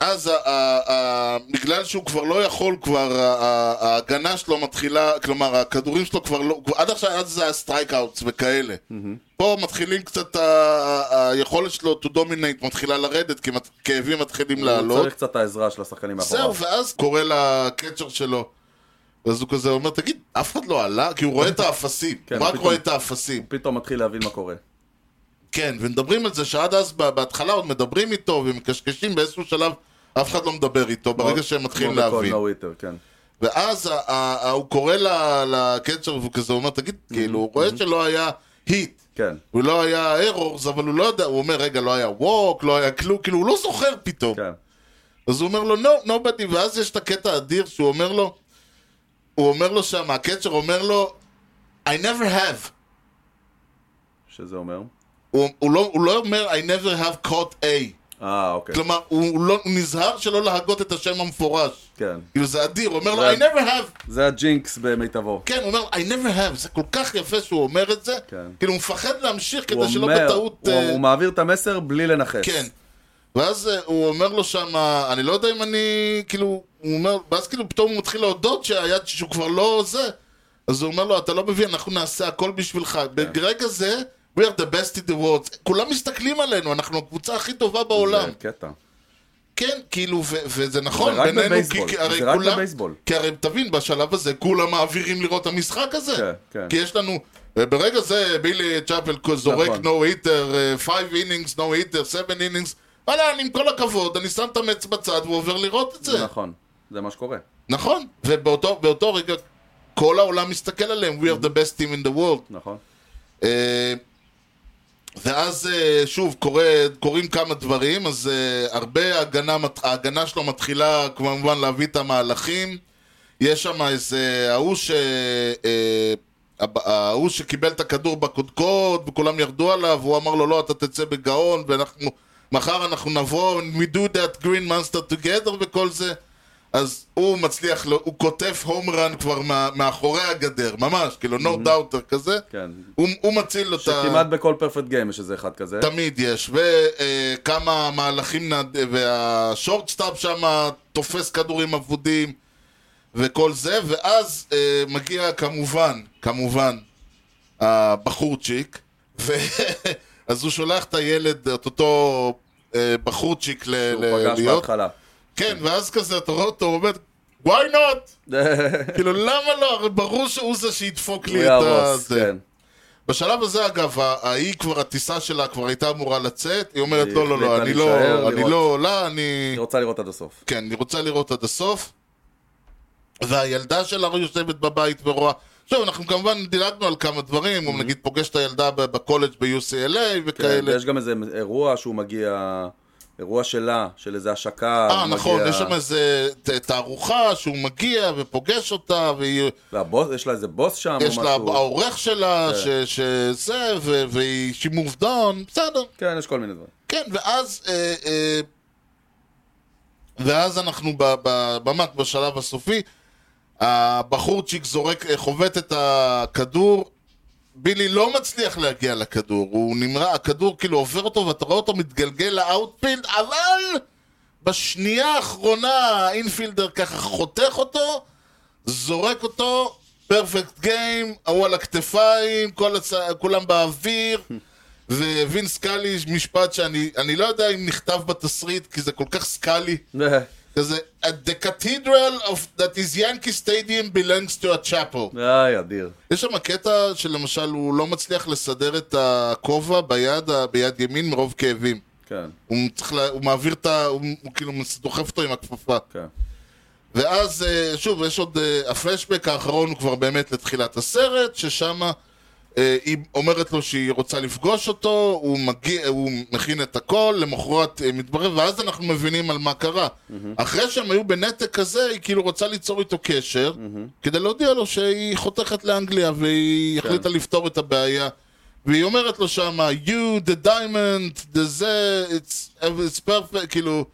Speaker 1: אז ה- ה- ה- בגלל שהוא כבר לא יכול, כבר ה- ה- ההגנה שלו מתחילה, כלומר הכדורים שלו כבר לא, עד עכשיו אז זה הסטרייק אאוטס וכאלה. פה מתחילים קצת, ה- ה- היכולת שלו to dominate מתחילה לרדת, כי מת- כאבים מתחילים
Speaker 2: הוא
Speaker 1: לעלות.
Speaker 2: צריך קצת את העזרה של השחקנים מאחוריו.
Speaker 1: זהו, ואז קורא לקצ'ר שלו. אז הוא כזה אומר, תגיד, אף אחד לא עלה? כי הוא רואה את האפסים.
Speaker 2: כן,
Speaker 1: הוא רק
Speaker 2: פתאום.
Speaker 1: רואה את האפסים.
Speaker 2: פתאום מתחיל להבין מה קורה.
Speaker 1: כן, ומדברים על זה שעד אז, ב- בהתחלה עוד מדברים איתו ומקשקשים, באיזשהו שלב אף אחד לא מדבר איתו, ברגע שהם מתחילים
Speaker 2: כמו בכל
Speaker 1: להבין.
Speaker 2: No Hitter, כן.
Speaker 1: ואז ה- ה- ה- הוא קורא ל- לקצ'ר והוא כזה אומר, תגיד, כאילו, הוא רואה שלא היה היט.
Speaker 2: Mm-hmm. כן.
Speaker 1: הוא לא היה ארורס, אבל הוא לא יודע, הוא אומר, רגע, לא היה ווק, לא היה כלום, כאילו, הוא לא זוכר פתאום.
Speaker 2: כן.
Speaker 1: אז הוא אומר לו, no, nobody, ואז יש את הקטע האדיר שהוא אומר לו, הוא אומר לו שם, הקצ'ר אומר לו, I never have.
Speaker 2: שזה אומר?
Speaker 1: הוא, הוא, לא, הוא לא אומר, I never have caught a.
Speaker 2: אה, אוקיי.
Speaker 1: כלומר, הוא, הוא, לא, הוא נזהר שלא להגות את השם המפורש.
Speaker 2: כן.
Speaker 1: כאילו, זה אדיר, הוא אומר לו,
Speaker 2: זה-
Speaker 1: I never have.
Speaker 2: זה הג'ינקס במיטבו.
Speaker 1: כן, הוא אומר, I never have. זה כל כך יפה שהוא אומר את זה.
Speaker 2: כן.
Speaker 1: כאילו, הוא מפחד להמשיך
Speaker 2: הוא
Speaker 1: כדי שלא
Speaker 2: אומר-
Speaker 1: בטעות...
Speaker 2: הוא-
Speaker 1: אה,
Speaker 2: הוא מעביר את המסר בלי לנחש.
Speaker 1: כן. ואז אה, הוא אומר לו שם, אני לא יודע אם אני, כאילו, הוא אומר, ואז כאילו פתאום הוא מתחיל להודות שהיד, שהוא כבר לא זה. אז הוא אומר לו, אתה לא מבין, אנחנו נעשה הכל בשבילך. ברגע זה, we are the best in the world. כולם מסתכלים עלינו, אנחנו הקבוצה הכי טובה בעולם.
Speaker 2: זה קטע.
Speaker 1: כן, כאילו, ו- וזה נכון,
Speaker 2: זה רק
Speaker 1: בינינו,
Speaker 2: בבייסבול.
Speaker 1: כי, כי הרי
Speaker 2: זה רק
Speaker 1: כולם,
Speaker 2: בבייסבול.
Speaker 1: כי הרי תבין, בשלב הזה כולם מעבירים לראות את המשחק הזה.
Speaker 2: כן, כן.
Speaker 1: כי יש לנו, ברגע זה בילי צ'אפל זורק אה,
Speaker 2: נכון.
Speaker 1: נו היטר, 5 אינינגס, נו היטר, 7 אינינגס. וואלה, אני עם כל הכבוד, אני שם את המץ בצד ועובר לראות את זה.
Speaker 2: נכון. זה מה שקורה.
Speaker 1: נכון. ובאותו באותו רגע כל העולם מסתכל עליהם, We are the best team in the world.
Speaker 2: נכון.
Speaker 1: אה, ואז אה, שוב קורה, קורים כמה דברים, אז אה, הרבה ההגנה, מת- ההגנה שלו מתחילה כמובן להביא את המהלכים. יש שם איזה ההוא ש... אה, הב- ההוא שקיבל את הכדור בקודקוד וכולם ירדו עליו, הוא אמר לו לא, אתה תצא בגאון ואנחנו... מחר אנחנו נבוא, we do that green monster together וכל זה אז הוא מצליח, לו- הוא כותף הום רן כבר מה, מאחורי הגדר, ממש, כאילו no doubter כזה
Speaker 2: כן.
Speaker 1: הוא, הוא מציל לו את ה...
Speaker 2: שכמעט בכל פרפקט גיים יש איזה אחד כזה.
Speaker 1: תמיד יש, וכמה מהלכים, נד... והשורטסטאפ שם תופס כדורים אבודים וכל זה, ואז אה, מגיע כמובן, כמובן, הבחורצ'יק, ו... אז הוא שולח את הילד, את אותו אה, בחורצ'יק ל...
Speaker 2: הוא
Speaker 1: ל-
Speaker 2: פגש
Speaker 1: להיות,
Speaker 2: בהתחלה.
Speaker 1: כן, ואז כזה אתה רואה אותו, הוא אומר, why not? כאילו, למה לא? הרי ברור שהוא זה שידפוק
Speaker 2: הוא
Speaker 1: לי את ה...
Speaker 2: יהרוס,
Speaker 1: זה.
Speaker 2: כן.
Speaker 1: בשלב הזה, אגב, ה- ההיא כבר, הטיסה שלה כבר הייתה אמורה לצאת, היא אומרת,
Speaker 2: היא
Speaker 1: לא, לא, לא,
Speaker 2: החליטה
Speaker 1: אני לא,
Speaker 2: להישאר,
Speaker 1: אני
Speaker 2: לראות."
Speaker 1: לא עולה, אני...
Speaker 2: אני רוצה לראות עד הסוף.
Speaker 1: כן, אני רוצה לראות עד הסוף. והילדה שלה לא יושבת בבית ורואה... עכשיו, אנחנו כמובן דילגנו על כמה דברים, הוא נגיד פוגש את הילדה ב- בקולג' ב-UCLA
Speaker 2: Mm-hmm. כן,
Speaker 1: וכאלה.
Speaker 2: ויש גם איזה אירוע שהוא מגיע, אירוע שלה, של איזה השקה.
Speaker 1: אה,
Speaker 2: הוא
Speaker 1: נכון,
Speaker 2: מגיע-
Speaker 1: יש שם איזה ת- תערוכה שהוא מגיע ופוגש אותה, והיא...
Speaker 2: והבוס, יש לה איזה בוס שם או
Speaker 1: יש לה,
Speaker 2: משהו.
Speaker 1: העורך שלה,
Speaker 2: כן.
Speaker 1: ש- שזה, ו- והיא שימוב דאון, בסדר.
Speaker 2: כן, יש כל מיני דברים.
Speaker 1: כן, ואז... אה, אה, ואז אנחנו ב- ב- ממש בשלב הסופי, הבחורצ'יק זורק, אה, חובט את הכדור, בילי לא מצליח להגיע לכדור, הוא נמרא, הכדור כאילו עובר אותו ואתה רואה אותו מתגלגל לאאוטפילד, אבל בשנייה האחרונה האינפילדר ככה חותך אותו, זורק אותו, פרפקט גיים, ההוא על הכתפיים, כל הצ... כולם באוויר, ווין סקאלי, משפט שאני אני לא יודע אם נכתב בתסריט, כי זה כל כך סקאלי. כזה, "At the cathedral of that is Yankee stadium belongs to a chapel.
Speaker 2: איי, אדיר.
Speaker 1: יש שם קטע שלמשל הוא לא מצליח לסדר את הכובע ביד, ה- ביד ימין מרוב כאבים.
Speaker 2: כן,
Speaker 1: הוא, צריך לה, הוא מעביר את ה... הוא, הוא כאילו מס- דוחף אותו עם הכפפה.
Speaker 2: כן.
Speaker 1: ואז, אה, שוב, יש עוד... אה, הפלשבק האחרון הוא כבר באמת לתחילת הסרט, ששם אה, היא אומרת לו שהיא רוצה לפגוש אותו, הוא, מגיע, הוא מכין את הכל, למחרת אה, מתברר, ואז אנחנו מבינים על מה קרה. אחרי שהם היו בנתק כזה, היא כאילו רוצה ליצור איתו קשר, כדי להודיע לו שהיא חותכת לאנגליה, והיא החליטה לפתור את הבעיה. והיא אומרת לו שמה, you, the diamond, the זה, it's, it's perfect, כאילו...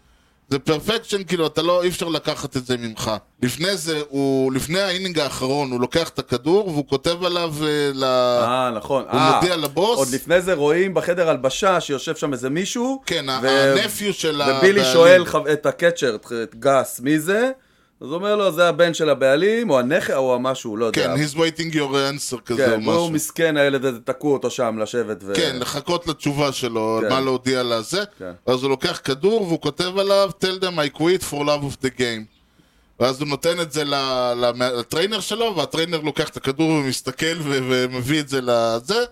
Speaker 1: זה פרפקשן, כאילו, אתה לא, אי אפשר לקחת את זה ממך. לפני זה, הוא, לפני האינינג האחרון, הוא לוקח את הכדור והוא כותב עליו אה, ל...
Speaker 2: אה, נכון.
Speaker 1: הוא
Speaker 2: אה,
Speaker 1: מודיע לבוס.
Speaker 2: עוד לפני זה רואים בחדר הלבשה שיושב שם איזה מישהו.
Speaker 1: כן,
Speaker 2: ו-
Speaker 1: הנפיו של
Speaker 2: ובילי
Speaker 1: הבעלים.
Speaker 2: שואל ח- את הקצ'ר, את- את גס, מי זה? אז הוא אומר לו, זה הבן של הבעלים, או הנכד, או המשהו, לא יודע.
Speaker 1: כן, he's waiting your answer כזה או
Speaker 2: כן,
Speaker 1: משהו.
Speaker 2: הוא מסכן, הילד הזה, תקעו אותו שם לשבת. ו-
Speaker 1: כן, לחכות לתשובה שלו,
Speaker 2: כן.
Speaker 1: על מה להודיע לזה.
Speaker 2: כן.
Speaker 1: אז הוא לוקח כדור והוא כותב עליו, tell them I quit for love of the game. ואז הוא נותן את זה ל- ל- לטריינר שלו, והטריינר לוקח את הכדור ומסתכל ו- ומביא את זה לזה.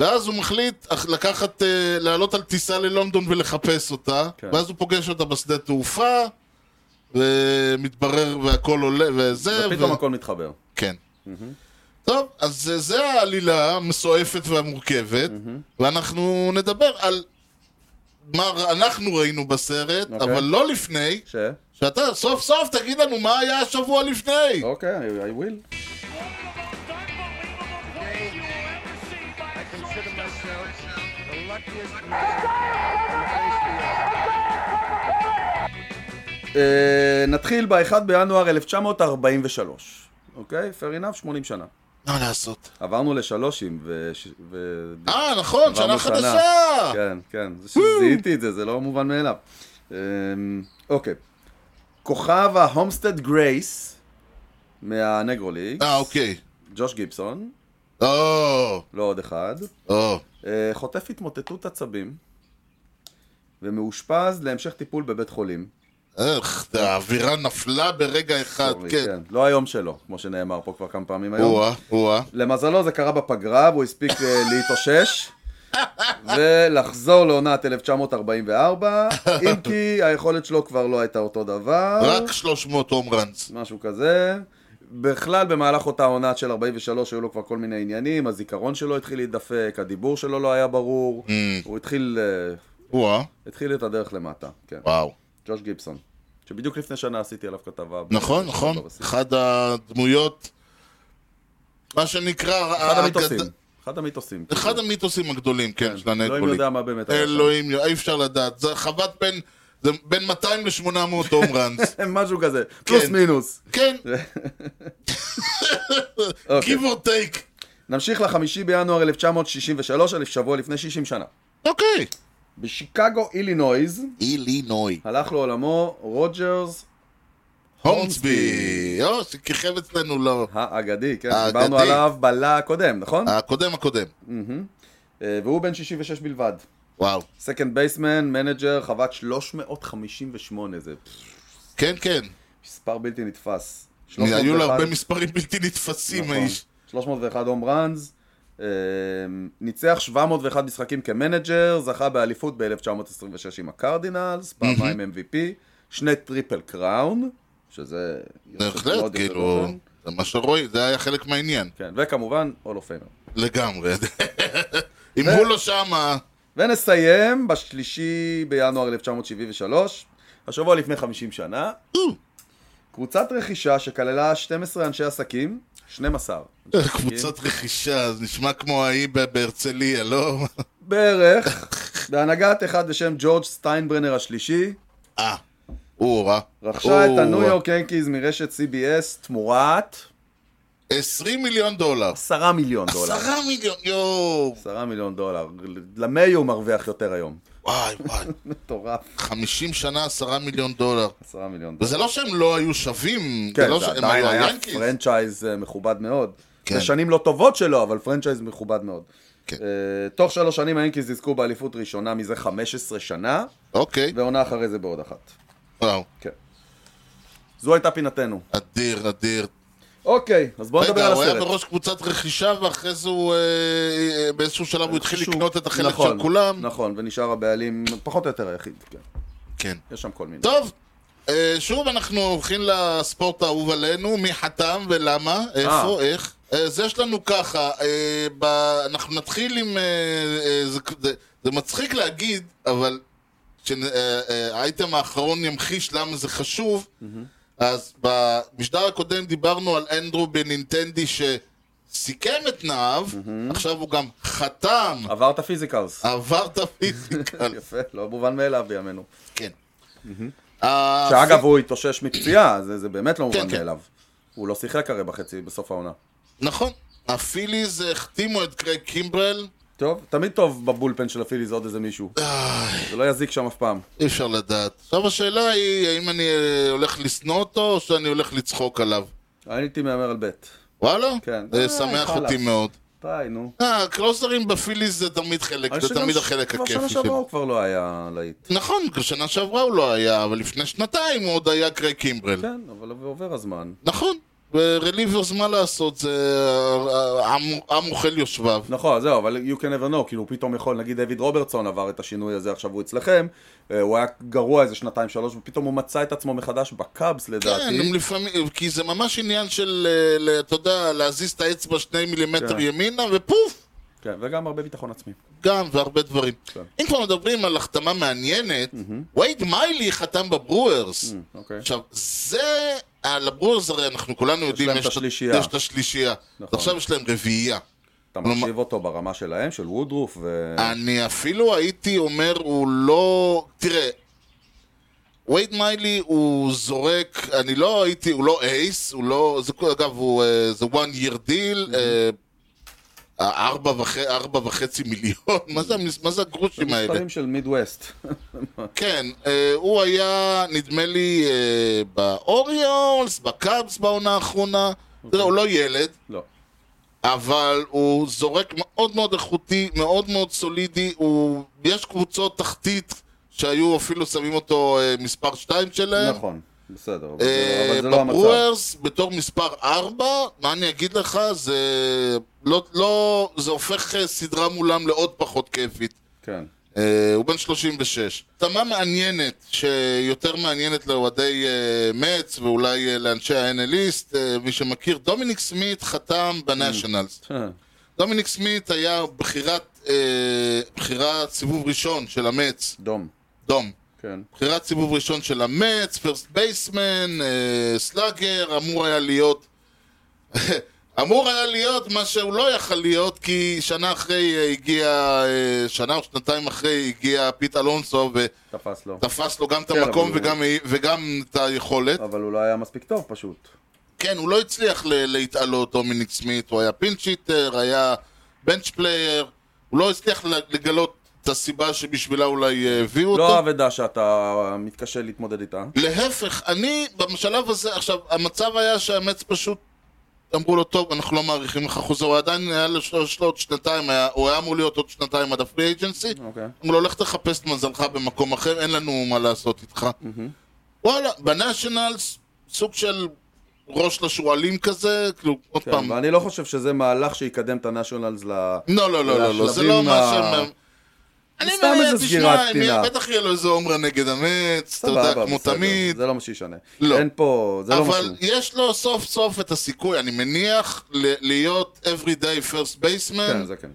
Speaker 1: ואז הוא מחליט אך- לקחת, אה, לעלות על טיסה ללונדון ולחפש אותה.
Speaker 2: כן.
Speaker 1: ואז הוא פוגש אותה בשדה תעופה, ומתברר והכל עולה וזה.
Speaker 2: ופתאום
Speaker 1: ו-
Speaker 2: הכל מתחבר.
Speaker 1: כן.
Speaker 2: Mm-hmm.
Speaker 1: טוב, אז זה- זה העלילה המסועפת והמורכבת,
Speaker 2: Mm-hmm.
Speaker 1: ואנחנו נדבר על מה ר- אנחנו ראינו בסרט,
Speaker 2: אוקיי.
Speaker 1: אבל לא לפני,
Speaker 2: ש...
Speaker 1: שאתה סוף סוף תגיד לנו מה היה השבוע לפני.
Speaker 2: אוקיי, I- I will. אה, נתחיל ב-1 בינואר 1943, אוקיי? fair enough, 80 שנה.
Speaker 1: מה לעשות?
Speaker 2: עברנו לשלושים, ו... ש- ו...
Speaker 1: אה, נכון, שנה
Speaker 2: עברנו
Speaker 1: חדשה!
Speaker 2: כן, כן, זה שזיהיתי את זה, זה לא מובן מאליו. אמ, אוקיי. כוכב ההומסטד גרייס, מהנגרו ליג,
Speaker 1: אה, אוקיי.
Speaker 2: ג'וש גיבסון,
Speaker 1: או,
Speaker 2: לא עוד אחד,
Speaker 1: או.
Speaker 2: אה, חוטף התמוטטות עצבים, ומאושפז להמשך טיפול בבית חולים.
Speaker 1: איך, האווירה נפלה ברגע אחד,
Speaker 2: אורלי,
Speaker 1: כן.
Speaker 2: לא היום שלו, כמו שנאמר פה כבר כמה פעמים היום.
Speaker 1: או-אה, או-אה.
Speaker 2: למזלו זה קרה בפגרה, והוא הספיק אה, להתאושש. ולחזור לעונת 1944, אם כי היכולת שלו כבר לא הייתה אותו דבר,
Speaker 1: רק 300 הום ראנס.
Speaker 2: משהו כזה. בכלל, במהלך אותה עונת של 43 היו לו כבר כל מיני עניינים, הזיכרון שלו התחיל להידפק, הדיבור שלו לא היה ברור,
Speaker 1: Mm.
Speaker 2: הוא התחיל, אה,
Speaker 1: או-אה,
Speaker 2: התחיל את הדרך למטה, כן.
Speaker 1: וואו.
Speaker 2: ג'וש גיבסון, שבדיוק לפני שנה עשיתי עליו כתבה. ב-
Speaker 1: נכון, נכון.
Speaker 2: בבסיס.
Speaker 1: אחד הדמויות, מה שנקרא...
Speaker 2: אחד
Speaker 1: האגד-
Speaker 2: המיתוסים, אחד המיתוסים.
Speaker 1: אחד המיתוסים הגדולים, כן, של הנטבולי.
Speaker 2: אלוהים יודע מה באמת היה שם.
Speaker 1: אלוהים, אי אפשר לדעת. זה חוות בין... זה בין 200 ל-800 הום ראנס.
Speaker 2: כן, משהו כזה, פלוס מינוס.
Speaker 1: כן,
Speaker 2: אוקיי.
Speaker 1: give or take.
Speaker 2: נמשיך לחמישי בינואר 1963, אלף שבוע לפני 60 שנה.
Speaker 1: אוקיי.
Speaker 2: בשיקגו, אילינויז,
Speaker 1: אילינוי.
Speaker 2: הלך לעולמו רוג'רס
Speaker 1: הונסבי. יו, שכיכב אצלנו לא...
Speaker 2: האגדי, כן?
Speaker 1: האגדי.
Speaker 2: דיברנו עליו בלה הקודם, נכון?
Speaker 1: הקודם הקודם.
Speaker 2: אה, והוא בן 66 בלבד.
Speaker 1: וואו.
Speaker 2: סקנד בייסמן, מנג'ר, חוות 358, זה
Speaker 1: כן, כן.
Speaker 2: מספר בלתי נתפס.
Speaker 1: היו לו
Speaker 2: 301
Speaker 1: הרבה מספרים בלתי נתפסים,
Speaker 2: לא נכון.
Speaker 1: האיש.
Speaker 2: 301 הום ראנס, אה, ניצח 701 משחקים כמנג'ר, זכה באליפות ב-1926 עם הקרדינלס, פעמיים MVP, שני טריפל קראון, שזה...
Speaker 1: בהחלט,
Speaker 2: מאוד נכון. יוצא
Speaker 1: כאילו...
Speaker 2: דופן.
Speaker 1: זה מה שרואים, זה היה חלק מהעניין.
Speaker 2: כן, וכמובן, אול אוף פיימר.
Speaker 1: לגמרי. אם הוא לא שמה...
Speaker 2: ונסיים בשלישי בינואר 1973, השבוע לפני 50 שנה, קבוצת רכישה שכללה 12 אנשי עסקים, 12. אנשי עסקים.
Speaker 1: קבוצת רכישה, זה נשמע כמו ההיא ב- בהרצליה, לא?
Speaker 2: בערך, בהנהגת אחד בשם ג'ורג' סטיינברנר השלישי,
Speaker 1: אה, אורה.
Speaker 2: רכשה את הניו יורק ינקיז מרשת CBS תמורת
Speaker 1: 20 מיליון דולר.
Speaker 2: 10 מיליון דולר.
Speaker 1: 10 מיליון, יואו.
Speaker 2: 10 מיליון דולר. למיי הוא מרוויח יותר היום.
Speaker 1: וואי, וואי.
Speaker 2: מטורף.
Speaker 1: 50 שנה, 10 מיליון דולר.
Speaker 2: 10 מיליון דולר.
Speaker 1: וזה לא שהם לא היו שווים, זה
Speaker 2: כן,
Speaker 1: לא
Speaker 2: זה
Speaker 1: שהם
Speaker 2: עדיין
Speaker 1: היו
Speaker 2: היה
Speaker 1: היאנקיז.
Speaker 2: פרנצ'ייז אה, מכובד מאוד.
Speaker 1: כן.
Speaker 2: זה שנים לא טובות שלו, אבל פרנצ'ייז מכובד מאוד.
Speaker 1: כן.
Speaker 2: אה, תוך שלוש שנים היאנקיז יזכו באליפות ראשונה מזה 15 שנה,
Speaker 1: אוקיי,
Speaker 2: ועונה אחרי זה בעוד אחת.
Speaker 1: וואו.
Speaker 2: כן. זו הייתה פינתנו.
Speaker 1: אדיר, אדיר.
Speaker 2: אוקיי, אז בואו נדבר
Speaker 1: רגע,
Speaker 2: על
Speaker 1: הוא היה
Speaker 2: הסרט.
Speaker 1: בראש קבוצת רכישה, ואחרי זה הוא... אה, אה, באיזשהו שלב הוא התחיל
Speaker 2: שהוא-
Speaker 1: לקנות את החלק
Speaker 2: נכון,
Speaker 1: של כולם.
Speaker 2: נכון, ונשאר הבעלים פחות או יותר היחיד, כן.
Speaker 1: כן.
Speaker 2: יש שם כל מיני.
Speaker 1: טוב, אה, שוב אנחנו הולכים לספורט האהוב עלינו, מי חתם ולמה, איפה, איך. אה, אז יש לנו ככה, אה, ב... אנחנו נתחיל עם... אה, אה, זה, זה, זה מצחיק להגיד, אבל כשהאייטם האחרון ימחיש למה זה חשוב, אז במשדר הקודם דיברנו על אנדרו בנינטנדי שסיכם את נהב, עכשיו הוא גם חתם, אה,
Speaker 2: עבר את הפיזיקלס. כן,
Speaker 1: עבר את הפיזיקל.
Speaker 2: יפה, לא מובן מאליו בימינו.
Speaker 1: כן. ה-
Speaker 2: שאגב, הוא התאושש מפציעה, זה זה באמת לא מובן
Speaker 1: אה, כן.
Speaker 2: מאליו. הוא לא שיחק הרי בחצי, בסוף העונה.
Speaker 1: נכון. הפיליז אה, החתימו את קרייג קימברל,
Speaker 2: טוב, תמיד טוב בבולפן של הפיליז עוד איזה מישהו. זה לא יזיק שם אף פעם.
Speaker 1: אי אפשר לדעת. עכשיו השאלה היא, האם אני אה, הולך לשנוא אותו, או שאני הולך לצחוק עליו?
Speaker 2: הייתי מהמר על בית.
Speaker 1: וואלה?
Speaker 2: כן.
Speaker 1: זה
Speaker 2: אה,
Speaker 1: שמח
Speaker 2: חלאס.
Speaker 1: אותי מאוד.
Speaker 2: די, נו.
Speaker 1: אה, הקלוזרים בפיליז זה תמיד חלק, זה תמיד החלק הכיפי
Speaker 2: כבר שנה
Speaker 1: שלו.
Speaker 2: שעברה הוא כבר לא היה להיט.
Speaker 1: נכון, שנה שעברה הוא לא היה, אבל לפני שנתיים הוא עוד היה קרייג קימברל.
Speaker 2: כן, אבל עובר הזמן.
Speaker 1: נכון. ורליברס, מה לעשות, זה אה, עם עם אוכל יושביו.
Speaker 2: נכון, זהו, אבל you can never know, כאילו פתאום יכול, נגיד דיוויד רוברטסון עבר את השינוי הזה, עכשיו הוא אצלכם, אה, הוא היה גרוע איזה שנתיים שלוש, ופתאום הוא מצא את עצמו מחדש בקאבס
Speaker 1: כן,
Speaker 2: לדעתי.
Speaker 1: הם לפעמים, כי זה ממש עניין של, אה, ל- אתה יודע, להזיז את האצבע שני מילימטר
Speaker 2: כן.
Speaker 1: ימינה, ופוף!
Speaker 2: כן, וגם הרבה ביטחון עצמי.
Speaker 1: גם, והרבה דברים.
Speaker 2: כן.
Speaker 1: אם כבר מדברים על החתמה מעניינת, וייד מיילי חתם בברוארס.
Speaker 2: אוקיי.
Speaker 1: עכשיו, זה, על הברוורס הרי אנחנו כולנו יודעים,
Speaker 2: להם את
Speaker 1: את-
Speaker 2: השלישייה.
Speaker 1: יש את השלישייה.
Speaker 2: נכון.
Speaker 1: עכשיו יש להם רביעייה.
Speaker 2: אתה
Speaker 1: כלומר-
Speaker 2: מחשיב אותו ברמה שלהם, של וודרוף, ו...
Speaker 1: אני אפילו הייתי אומר, הוא לא... תראה, וייד מיילי הוא זורק, אני לא הייתי, הוא לא אייס, הוא לא... זה, כל- אגב, הוא... אה, זה one year deal, אה, ארבע וח- ארבע וחצי מיליון, מה זה המס- מה זה הגרושים האלה?
Speaker 2: מספרים של מידווסט.
Speaker 1: כן, אה, הוא היה, נדמה לי, אה, באוריולס, בקאבס בעונה האחרונה. תראה, הוא לא ילד,
Speaker 2: לא.
Speaker 1: אבל הוא זורק מאוד מאוד איכותי, מאוד מאוד סולידי, הוא... יש קבוצות תחתית שהיו אפילו שמים אותו אה, מספר 2 שלהם.
Speaker 2: נכון, בסדר, אבל
Speaker 1: אה,
Speaker 2: זה- אבל זה לא המצב.
Speaker 1: בברוארס, בתור מספר 4, מה אני אגיד לך, זה לא, לא, זה הופך אה, סדרה מולם לעוד פחות כיפית.
Speaker 2: כן.
Speaker 1: אה, הוא בן 36. תמה מעניינת, שיותר מעניינת לאוהדי אה, מצ ואולי אה, לאנשי ה-NLיסט, אה, מי שמכיר, דומיניק סמית
Speaker 2: Mm.
Speaker 1: חתם בנשיונלס. דומיניק סמית היה בחירת, אה, בחירת סיבוב ראשון של המץ,
Speaker 2: דום,
Speaker 1: דום.
Speaker 2: כן.
Speaker 1: בחירת סיבוב ראשון של המץ, פרסט בייסמן, אה, סלאגר, אמור היה להיות... אמור היה להיות מה שהוא לא יכל להיות, כי שנה אחרי אה, הגיע, אה, שנה או שנתיים אחרי הגיע פיט אלונסו
Speaker 2: תפס לו.
Speaker 1: ותפס לו גם את
Speaker 2: כן,
Speaker 1: המקום
Speaker 2: אבל הוא-
Speaker 1: וגם, וגם את היכולת.
Speaker 2: אבל הוא לא היה מספיק טוב פשוט.
Speaker 1: כן, הוא לא הצליח ל- להתעלות, דומיניק סמית, הוא היה פינצ'יטר, היה בנץ' פלייר, הוא לא הצליח ל- לגלות את הסיבה שבשבילה אולי אה, הביאו אותו.
Speaker 2: לא אבדה שאתה מתקשה להתמודד איתה.
Speaker 1: להפך, אני בשלב הזה, עכשיו, המצב היה שהמץ פשוט אמרו לו, טוב, אנחנו לא מאריכים לך חוזה, הוא עדיין היה לו- יש לו עוד שנתיים, היה- הוא היה אמור להיות עוד שנתיים עד הפרי אג'נסי,
Speaker 2: אוקיי.
Speaker 1: אמרו לו, לך תחפש את מזלך במקום אחר, אין לנו מה לעשות איתך. וואלה, בנאשונלס, סוג של ראש לשועלים כזה, כאילו, עוד
Speaker 2: כן,
Speaker 1: פעם,
Speaker 2: ואני לא חושב שזה מהלך שיקדם את הנשיונלס ל...
Speaker 1: לא, לא, לא, לא, לא, זה
Speaker 2: לשלבים
Speaker 1: לא מה
Speaker 2: ה-
Speaker 1: שהם... אני
Speaker 2: סתם
Speaker 1: מניח,
Speaker 2: איזה
Speaker 1: תשמע,
Speaker 2: סגירת
Speaker 1: הם-
Speaker 2: פינה.
Speaker 1: בטח יהיה לו איזה עומרה נגד המץ, אתה
Speaker 2: סבבה,
Speaker 1: יודע, כמו
Speaker 2: בסדר,
Speaker 1: תמיד.
Speaker 2: זה לא מה שישנה.
Speaker 1: לא.
Speaker 2: אין פה... זה לא
Speaker 1: אבל
Speaker 2: משהו.
Speaker 1: יש לו סוף סוף את הסיכוי, אני מניח, ל- להיות everyday first
Speaker 2: כן,
Speaker 1: baseman,
Speaker 2: זה כן.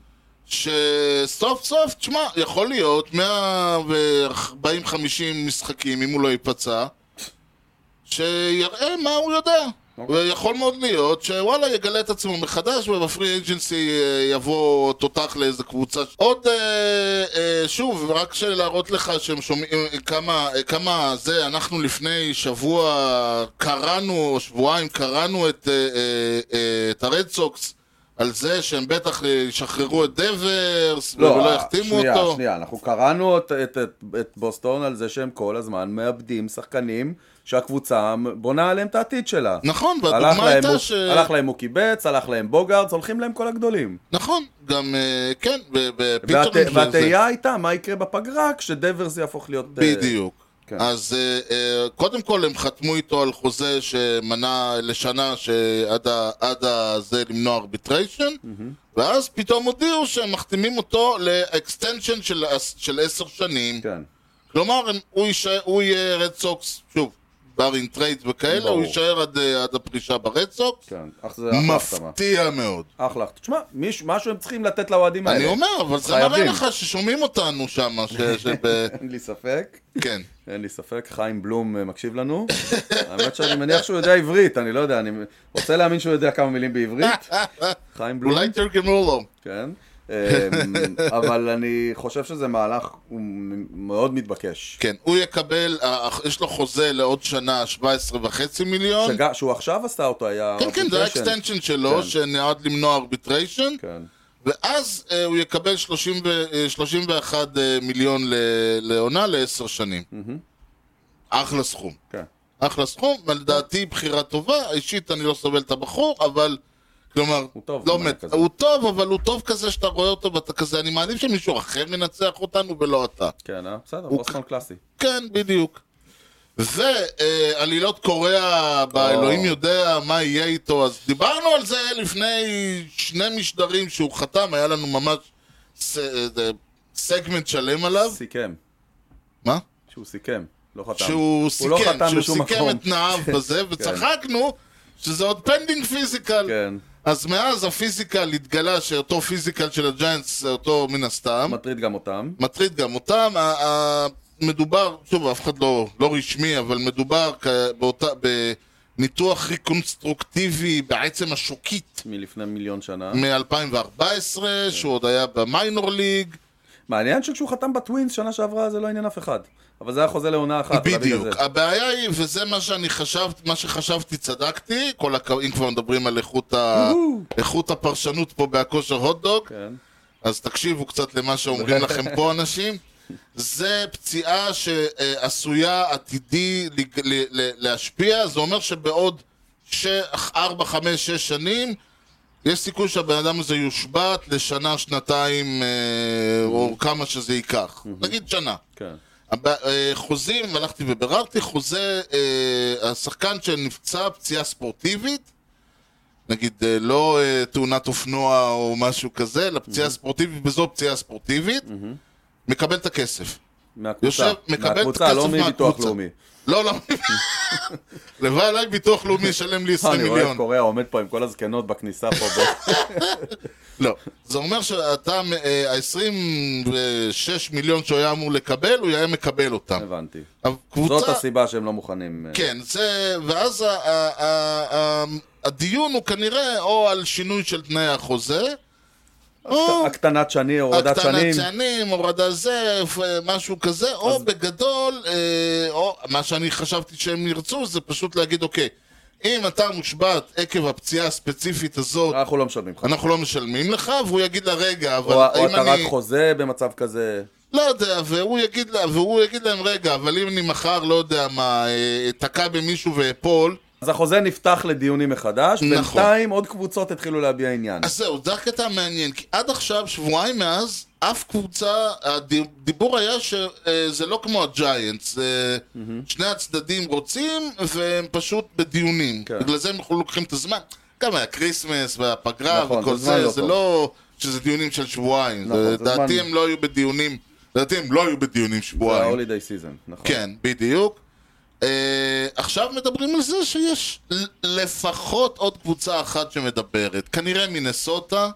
Speaker 1: שסוף סוף, תשמע, יכול להיות 140-50 משחקים, אם הוא לא ייפצע, שיראה מה הוא יודע.
Speaker 2: אוקיי.
Speaker 1: ויכול מאוד להיות שוואלה יגלה את עצמו מחדש ובפרי אג'נסי אה, יבוא תותח לאיזה קבוצה. עוד אה, אה, שוב, רק של- להראות לך שהם שומעים אה, כמה, אה, כמה זה, אנחנו לפני שבוע קראנו, או שבועיים קראנו את, אה, אה, אה, את הרד סוקס על זה שהם בטח אה, ישחררו את דברס ולא יחתימו
Speaker 2: לא, אה, שנייה,
Speaker 1: אותו.
Speaker 2: שנייה, אנחנו קראנו את, את, את, את בוסטון על זה שהם כל הזמן מאבדים שחקנים שהקבוצה בונה עליהם את העתיד שלה.
Speaker 1: נכון,
Speaker 2: הלך
Speaker 1: והדוגמה
Speaker 2: להם,
Speaker 1: הייתה
Speaker 2: הוא,
Speaker 1: ש...
Speaker 2: הלך להם מוקי בץ, הלך להם בוגארדס, הולכים להם כל הגדולים.
Speaker 1: נכון, גם אה, כן, ב-
Speaker 2: והת-
Speaker 1: בפיטרמן של זה.
Speaker 2: והתהייה הייתה מה יקרה בפגרה כשדברס יהפוך להיות... אה,
Speaker 1: בדיוק.
Speaker 2: כן.
Speaker 1: אז אה, אה, קודם כל הם חתמו איתו על חוזה שמנע לשנה שעד ה- עד ה- זה למנוע ארביטריישן ואז פתאום הודיעו שהם מחתימים אותו לאקסטנשן של עש- של עשר שנים
Speaker 2: כן,
Speaker 1: כלומר הם- הוא יישאר- הוא יהיה רד סוקס שוב בארין טרייד וכאלה
Speaker 2: ברור.
Speaker 1: הוא יישאר עד, אה, עד הפרישה ברד סוקס
Speaker 2: כן. אך זה אחלה הסכמה.
Speaker 1: מפתיע מאוד
Speaker 2: אחלה. תשמע, מישהו- משהו הם צריכים לתת לאוהדים האלה.
Speaker 1: אני אומר אבל זה מראה
Speaker 2: חייבים.
Speaker 1: לך ששומעים אותנו שם ש- שב-
Speaker 2: אין לי ספק.
Speaker 1: כן
Speaker 2: אין לי ספק, חיים בלום אה, מקשיב לנו. האמת שאני מניח שהוא יודע עברית, אני לא יודע, אני רוצה להאמין שהוא יודע כמה מילים בעברית. חיים בלום,
Speaker 1: אולי תרגמו לו
Speaker 2: כן. אמ, אבל אני חושב שזה מהלך, הוא מ- מאוד מתבקש.
Speaker 1: כן, הוא יקבל, אה, יש לו חוזה לעוד שנה 17 וחצי מיליון.
Speaker 2: שג- שהוא עכשיו עשה אותו היה...
Speaker 1: כן, כן, זה היה
Speaker 2: arbitration.
Speaker 1: אקסטנשן שלו,
Speaker 2: כן.
Speaker 1: שנועד למנוע ארביטריישן,
Speaker 2: כן.
Speaker 1: ואז אה, הוא יקבל 30 ו- אה, 31 אה, מיליון ל- לעונה לעשר שנים. אחלה סכום.
Speaker 2: כן.
Speaker 1: אחלה סכום, ולדעתי בחירה טובה, אישית אני לא סובל את הבחור, אבל... כלומר,
Speaker 2: הוא טוב,
Speaker 1: לא
Speaker 2: הוא
Speaker 1: מת,
Speaker 2: כזה.
Speaker 1: הוא טוב, אבל הוא טוב כזה שאתה רואה אותו ואתה כזה, אני מעדיף שמישהו אחר מנצח אותנו ולא אתה.
Speaker 2: כן, אה? בסדר, בוסטון קלאסי.
Speaker 1: כן, בדיוק. ועלילות קוריאה, באלוהים יודע מה יהיה איתו, אז דיברנו על זה לפני שני משדרים שהוא חתם, היה לנו ממש ס- אה, זה- סגמנט שלם עליו.
Speaker 2: סיכם,
Speaker 1: מה?
Speaker 2: שהוא סיכם, לא חתם.
Speaker 1: שהוא
Speaker 2: הוא לא
Speaker 1: סיכם,
Speaker 2: חתם
Speaker 1: שהוא
Speaker 2: בשום
Speaker 1: סיכם
Speaker 2: מקום. כן.
Speaker 1: את תנאיו בזה, וצחקנו שזה עוד פנדינג פיזיקל.
Speaker 2: כן,
Speaker 1: אז מאז הפיזיקל התגלה שאותו פיזיקל של הג'יינטס, זה אותו מן הסתם.
Speaker 2: מטריד גם אותם.
Speaker 1: מטריד גם אותם. ה- ה- מדובר, שוב, אף אחד לא, לא רשמי, אבל מדובר כ- באותה, בניתוח ריקונסטרוקטיבי בעצם השוקית
Speaker 2: מלפני מיליון שנה.
Speaker 1: Mm. מ-2014, שהוא עוד היה במיינור ליג.
Speaker 2: אה, מעניין שכשהוא חתם בטווינס שנה שעברה זה לא עניין אף אחד. אבל זה היה חוזה לעונה אחת. אבל
Speaker 1: בדיוק.
Speaker 2: בגלל זה.
Speaker 1: הבעיה היא, וזה מה שאני חשבת, מה שחשבתי צדקתי, כל הכ... אם כבר מדברים על איכות, ה... איכות הפרשנות פה בהכושר הוטדוג,
Speaker 2: כן.
Speaker 1: אז תקשיבו קצת למה שאומרים לכם פה אנשים. זה פציעה שעשויה עתידי לג- ל- ל- להשפיע, זה אומר שבעוד 4, 5, 6 שנים יש סיכוי שהבן אדם הזה יושבת לשנה, שנתיים, אה, או כמה שזה ייקח. נגיד שנה.
Speaker 2: כן.
Speaker 1: הב- אה, חוזים, הלכתי וביררתי, חוזה אה, השחקן שנפצע פציעה ספורטיבית, נגיד אה, לא אה, תאונת אופנוע או משהו כזה, אלא פציעה ספורטיבית, וזו פציעה ספורטיבית, מקבל את הכסף.
Speaker 2: מהקבוצה.
Speaker 1: יושב, מקבל את
Speaker 2: מהקבוצה,
Speaker 1: הכסף
Speaker 2: לא
Speaker 1: מהקבוצה.
Speaker 2: מביטוח לאומי.
Speaker 1: לא, לא. לבוא עליי ביטוח לאומי ישלם לי 20
Speaker 2: אני רואה
Speaker 1: מיליון.
Speaker 2: את קוריאה עומד פה עם כל הזקנות בכניסה פה. בוא.
Speaker 1: לא. זה אומר שאתה, ה-26 מיליון שהוא היה אמור לקבל, הוא היה מקבל אותם.
Speaker 2: הבנתי.
Speaker 1: הקבוצה-
Speaker 2: זאת הסיבה שהם לא מוכנים. אה,
Speaker 1: כן, זה... ואז ה- ה- ה- ה- הדיון הוא כנראה או על שינוי של תנאי החוזה, או
Speaker 2: הקטנת שני, הורדת
Speaker 1: הקטנת
Speaker 2: שנים.
Speaker 1: שנים, הורדה זה, פ- משהו כזה, או בגדול, אה, או מה שאני חשבתי שהם ירצו זה פשוט להגיד, אוקיי, אם אתה מושבת עקב הפציעה הספציפית הזאת,
Speaker 2: אנחנו לא משלמים לך.
Speaker 1: אנחנו לא משלמים לך, והוא יגיד לה, רגע, אבל
Speaker 2: או
Speaker 1: אם
Speaker 2: או
Speaker 1: אני...
Speaker 2: התרת חוזה במצב כזה.
Speaker 1: לא יודע, והוא יגיד, לה, והוא יגיד להם, רגע, אבל אם אני מחר, לא יודע מה, אה, אתקע במישהו ואפול,
Speaker 2: אז החוזה נפתח לדיונים מחדש,
Speaker 1: נכון.
Speaker 2: בינתיים עוד קבוצות התחילו להביע עניין.
Speaker 1: אז זהו, זה הקטע המעניין, כי עד עכשיו, שבועיים מאז, אף קבוצה, הדיבור היה שזה לא כמו הג'יינטס, אה, שני הצדדים רוצים, והם פשוט בדיונים.
Speaker 2: כן.
Speaker 1: בגלל זה הם יכולו לוקחים את הזמן. גם היה כריסמס והפגרה
Speaker 2: נכון,
Speaker 1: וכל
Speaker 2: זה זמן
Speaker 1: זה,
Speaker 2: לא
Speaker 1: זה
Speaker 2: טוב.
Speaker 1: לא שזה דיונים של שבועיים.
Speaker 2: נכון, זה
Speaker 1: לדעתי
Speaker 2: זמן-
Speaker 1: הם לא היו בדיונים, לדעתי הם לא היו בדיונים
Speaker 2: זה
Speaker 1: שבועיים.
Speaker 2: ההולידיי סיזון, נכון.
Speaker 1: כן, בדיוק. אה, עכשיו מדברים על זה שיש ל- לפחות עוד קבוצה אחת שמדברת. כנראה מינסוטה,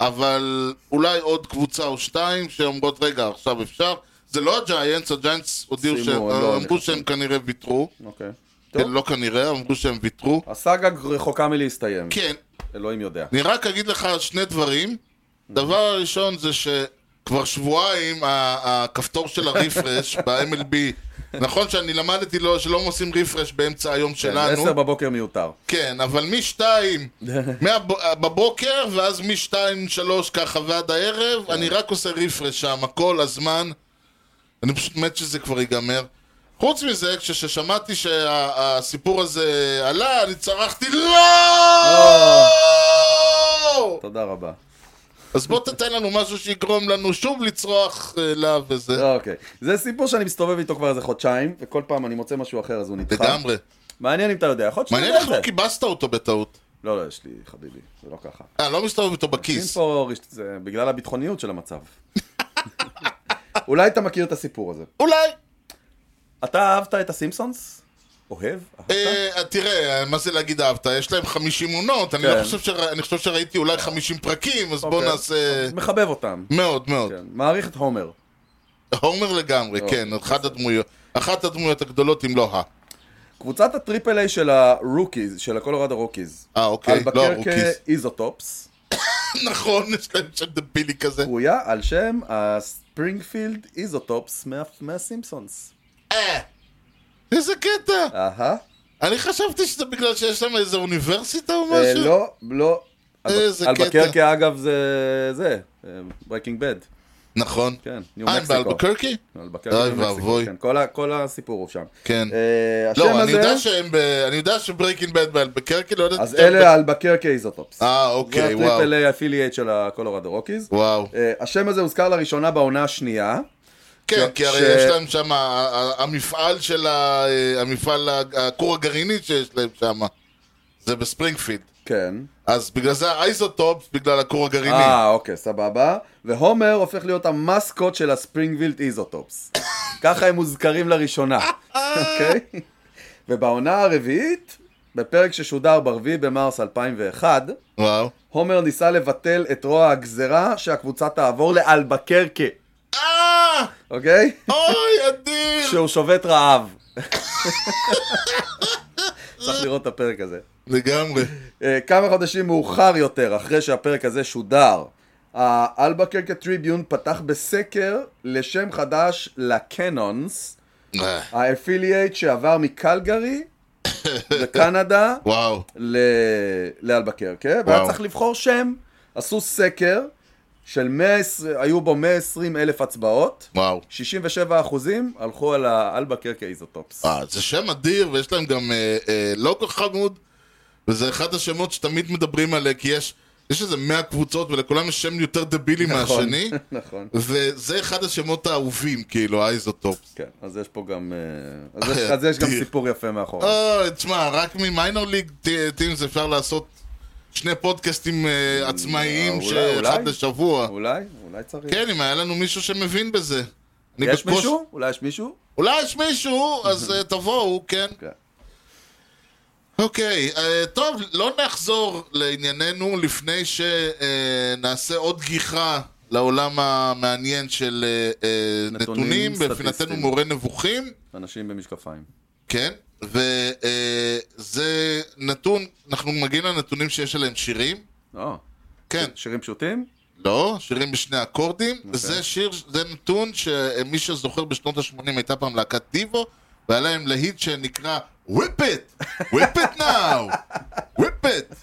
Speaker 1: אבל אולי עוד קבוצה או שתיים שאומרות, רגע, עכשיו אפשר. זה לא הג'יינטס, הג'יינטס הודיעו
Speaker 2: סיימו,
Speaker 1: שהם,
Speaker 2: הם לא
Speaker 1: אמרו
Speaker 2: נכנסים.
Speaker 1: שהם כנראה ויתרו.
Speaker 2: אוקיי.
Speaker 1: כן,
Speaker 2: טוב,
Speaker 1: לא כנראה, אמרו שהם ויתרו.
Speaker 2: הסאגה רחוקה מלהסתיים.
Speaker 1: כן,
Speaker 2: אלוהים יודע.
Speaker 1: אני רק אגיד לך שני דברים. דבר הראשון זה שכבר שבועיים ה- הכפתור של הרפרש ב-MLB, נכון שאני למדתי לא, שלא עושים רפרש באמצע היום שלנו,
Speaker 2: כן, עשר בבוקר מיותר.
Speaker 1: כן, אבל משתיים, מהב- בבוקר ואז משתיים, שלוש ככה ועד הערב, אני רק עושה רפרש שם כל הזמן, אני פשוט מת שזה כבר ייגמר. חוץ מזה, כששמעתי שהסיפור הזה עלה, אני צרחתי לא!
Speaker 2: תודה רבה.
Speaker 1: אז בוא תתן לנו משהו שיגרום לנו שוב לצרוח אה, לה וזה.
Speaker 2: אוקיי. זה סיפור שאני מסתובב איתו כבר איזה חודשיים, וכל פעם אני מוצא משהו אחר אז הוא נדחה.
Speaker 1: לגמרי.
Speaker 2: מעניין אם אתה יודע. יכול להיות שאתה
Speaker 1: מעניין
Speaker 2: יודע את
Speaker 1: איך
Speaker 2: זה.
Speaker 1: לא כיבסת אותו בטעות.
Speaker 2: לא, לא, יש לי, חביבי, זה לא ככה.
Speaker 1: אה, לא מסתובב איתו
Speaker 2: אין
Speaker 1: בכיס.
Speaker 2: פה, רשת- זה בגלל הביטחוניות של המצב. אולי אתה מכיר את הסיפור הזה.
Speaker 1: אולי.
Speaker 2: אתה אהבת את הסימפסונס? אוהב? אהבת?
Speaker 1: אה, תראה, מה זה להגיד אהבת? יש להם 50 עונות, אני
Speaker 2: כן. אה.
Speaker 1: לא חושב שרא- אני חושב שראיתי אולי 50 פרקים, אז בוא
Speaker 2: אוקיי.
Speaker 1: נעשה...
Speaker 2: מחבב אותם.
Speaker 1: מאוד מאוד.
Speaker 2: כן, מעריך את הומר.
Speaker 1: הומר לגמרי,
Speaker 2: לא.
Speaker 1: כן, אחת הדמויות. אחת הדמויות הגדולות, אם לא ה.
Speaker 2: קבוצת הטריפל איי של הרוקיז, של הקולורדו רוקיז.
Speaker 1: אה, אוקיי, לא
Speaker 2: על
Speaker 1: הרוקיז.
Speaker 2: בקרקע איזוטופס.
Speaker 1: נכון, יש להם שם דבילי כזה.
Speaker 2: קרויה על שם הספרינגפילד איזוטופס מה- מהסימפסונס.
Speaker 1: אה, איזה קטע.
Speaker 2: אהה.
Speaker 1: אני חשבתי שזה בגלל שיש שם איזה אוניברסיטה או
Speaker 2: אה,
Speaker 1: משהו.
Speaker 2: לא, לא.
Speaker 1: איזה אה, קטע.
Speaker 2: אלבקרקה אגב זה זה, אה, ברייקינג בד,
Speaker 1: נכון.
Speaker 2: כן, ניו
Speaker 1: אה, הם
Speaker 2: מקסיקו.
Speaker 1: באלבקרקי?
Speaker 2: אלבקרקה,
Speaker 1: אוי
Speaker 2: ניו מקסיקו,
Speaker 1: ואבוי.
Speaker 2: כן, כל ה- כל הסיפור הוא שם.
Speaker 1: כן.
Speaker 2: אה, השם
Speaker 1: לא, אני יודע
Speaker 2: הזה,
Speaker 1: שהם ב... אני יודע שברייקינג בד באלבקרקי, לא יודעת...
Speaker 2: אז אלה האלבקרקה איזוטופס.
Speaker 1: אה,
Speaker 2: זה
Speaker 1: אוקיי, וואו.
Speaker 2: הטריפל איי אפיליאט של הקולורדו רוקיז.
Speaker 1: וואו.
Speaker 2: אה, השם הזה הוזכר לראשונה בעונה השנייה.
Speaker 1: כן,
Speaker 2: ש-
Speaker 1: כי הרי
Speaker 2: ש-
Speaker 1: יש להם שם, ה- ה- המפעל של ה... אה, המפעל, ה- הכור הגרעיני שיש להם שם, זה בספרינגפילד.
Speaker 2: כן.
Speaker 1: אז בגלל זה האייזוטופ, בגלל הכור הגרעיני.
Speaker 2: אה, אוקיי, סבבה. והומר הופך להיות המסקוט של הספרינגווילד איזוטופס. ככה הם מוזכרים לראשונה, אוקיי? ובעונה הרביעית, בפרק ששודר ב-4 במרס 2001,
Speaker 1: וואו.
Speaker 2: הומר ניסה לבטל את רוע הגזרה שהקבוצה תעבור לאלבקרקה,
Speaker 1: אה!
Speaker 2: אוקיי?
Speaker 1: אוי, אדיר!
Speaker 2: כשהוא שובת רעב. צריך לראות את הפרק הזה.
Speaker 1: לגמרי.
Speaker 2: אה, כמה חודשים מאוחר יותר, אחרי שהפרק הזה שודר, האלבקרקה טריביון פתח בסקר לשם חדש לקנונס,
Speaker 1: אה,
Speaker 2: האפילייט שעבר מקלגרי בקנדה
Speaker 1: וואו.
Speaker 2: ל- לאלבקרקה, והיה
Speaker 1: וואו.
Speaker 2: צריך לבחור שם. עשו סקר של 120, היו בו 120 אלף הצבעות,
Speaker 1: וואו.
Speaker 2: 67 אחוזים הלכו על האלבקרקה איזוטופס.
Speaker 1: אה, זה שם אדיר, ויש להם גם אה, אה, לוגו חמוד, וזה אחד השמות שתמיד מדברים עליה, כי יש, יש איזה 100 קבוצות, ולכולם יש שם יותר דבילי
Speaker 2: נכון,
Speaker 1: מהשני,
Speaker 2: נכון.
Speaker 1: וזה אחד השמות האהובים, כאילו, האיזוטופ.
Speaker 2: כן, אז יש פה גם... אה, אז יש- אז יש גם
Speaker 1: אדיר.
Speaker 2: סיפור יפה מאחורי.
Speaker 1: אוי, אה, תשמע, רק ממיינור ליג טימס אפשר לעשות שני פודקאסטים אה, עצמאיים,
Speaker 2: אולי,
Speaker 1: שאחד
Speaker 2: אולי?
Speaker 1: לשבוע.
Speaker 2: אולי, אולי צריך.
Speaker 1: כן, אם היה לנו מישהו שמבין בזה. אני
Speaker 2: יש
Speaker 1: בקוש-
Speaker 2: מישהו? אולי יש מישהו?
Speaker 1: אולי יש מישהו, אז אה, תבואו, כן.
Speaker 2: כן.
Speaker 1: אוקיי, אה, טוב, לא נחזור לענייננו לפני שנעשה עוד גיחה לעולם המעניין של אה, אה,
Speaker 2: נתונים
Speaker 1: נתונים, בפינתנו
Speaker 2: סטטיסטיים.
Speaker 1: מורה נבוכים,
Speaker 2: אנשים במשקפיים.
Speaker 1: כן, וזה נתון, אנחנו מגיעים לנתונים שיש עליהם שירים,
Speaker 2: או,
Speaker 1: כן,
Speaker 2: לא. שירים פשוטים?
Speaker 1: לא, שירים בשני אקורדים,
Speaker 2: אוקיי.
Speaker 1: זה שיר, זה נתון שמי שזוכר בשנות ה-80 הייתה פעם להקת דיבו, והיה להם להיט שנקרא Whip it! Whip it now! Whip it!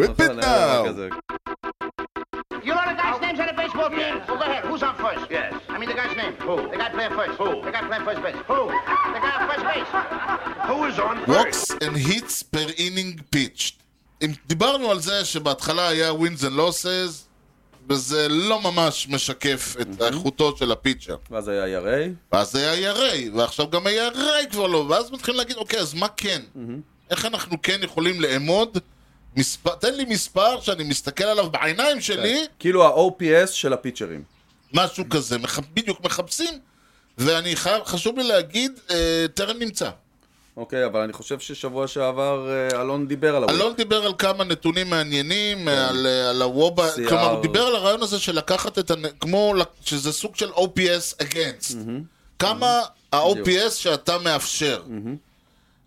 Speaker 1: Whip
Speaker 2: נכון,
Speaker 1: it
Speaker 2: היה דבר
Speaker 1: now!
Speaker 2: כזה.
Speaker 6: You know the guy's names on the baseball team? Well, go ahead. Who's on first? Yes. I mean the guy's name. Who? The guy playing first. Who? The guy playing first base. Who? The guy on first base. Who is on
Speaker 1: Walks and hits per inning pitched. אם דיברנו על זה שבהתחלה היה wins and losses, וזה לא ממש משקף
Speaker 2: Mhm.
Speaker 1: את איכותו של הפיצ'ר.
Speaker 2: ואז היה ירי.
Speaker 1: ואז זה היה ERA, ועכשיו גם ה-ERA כבר לא, ואז מתחילים להגיד, אוקיי, אז מה כן? איך אנחנו כן יכולים לאמוד? מספר, תן לי מספר שאני מסתכל עליו בעיניים שלי,
Speaker 2: כאילו ה-OPS של הפיצ'רים.
Speaker 1: משהו כזה, מח... בדיוק מחפשים, ואני חייב, חשוב לי להגיד, אה, טרם נמצא.
Speaker 2: אוקיי, אבל אני חושב ששבוע שעבר אה, אלון דיבר על הווי.
Speaker 1: אלון לא דיבר על כמה נתונים מעניינים, על, אה, על הוובה,
Speaker 2: CR.
Speaker 1: כלומר, הוא דיבר על הרעיון הזה של לקחת את, הנ... כמו, לק- שזה סוג של OPS against. כמה ה-OPS שאתה מאפשר.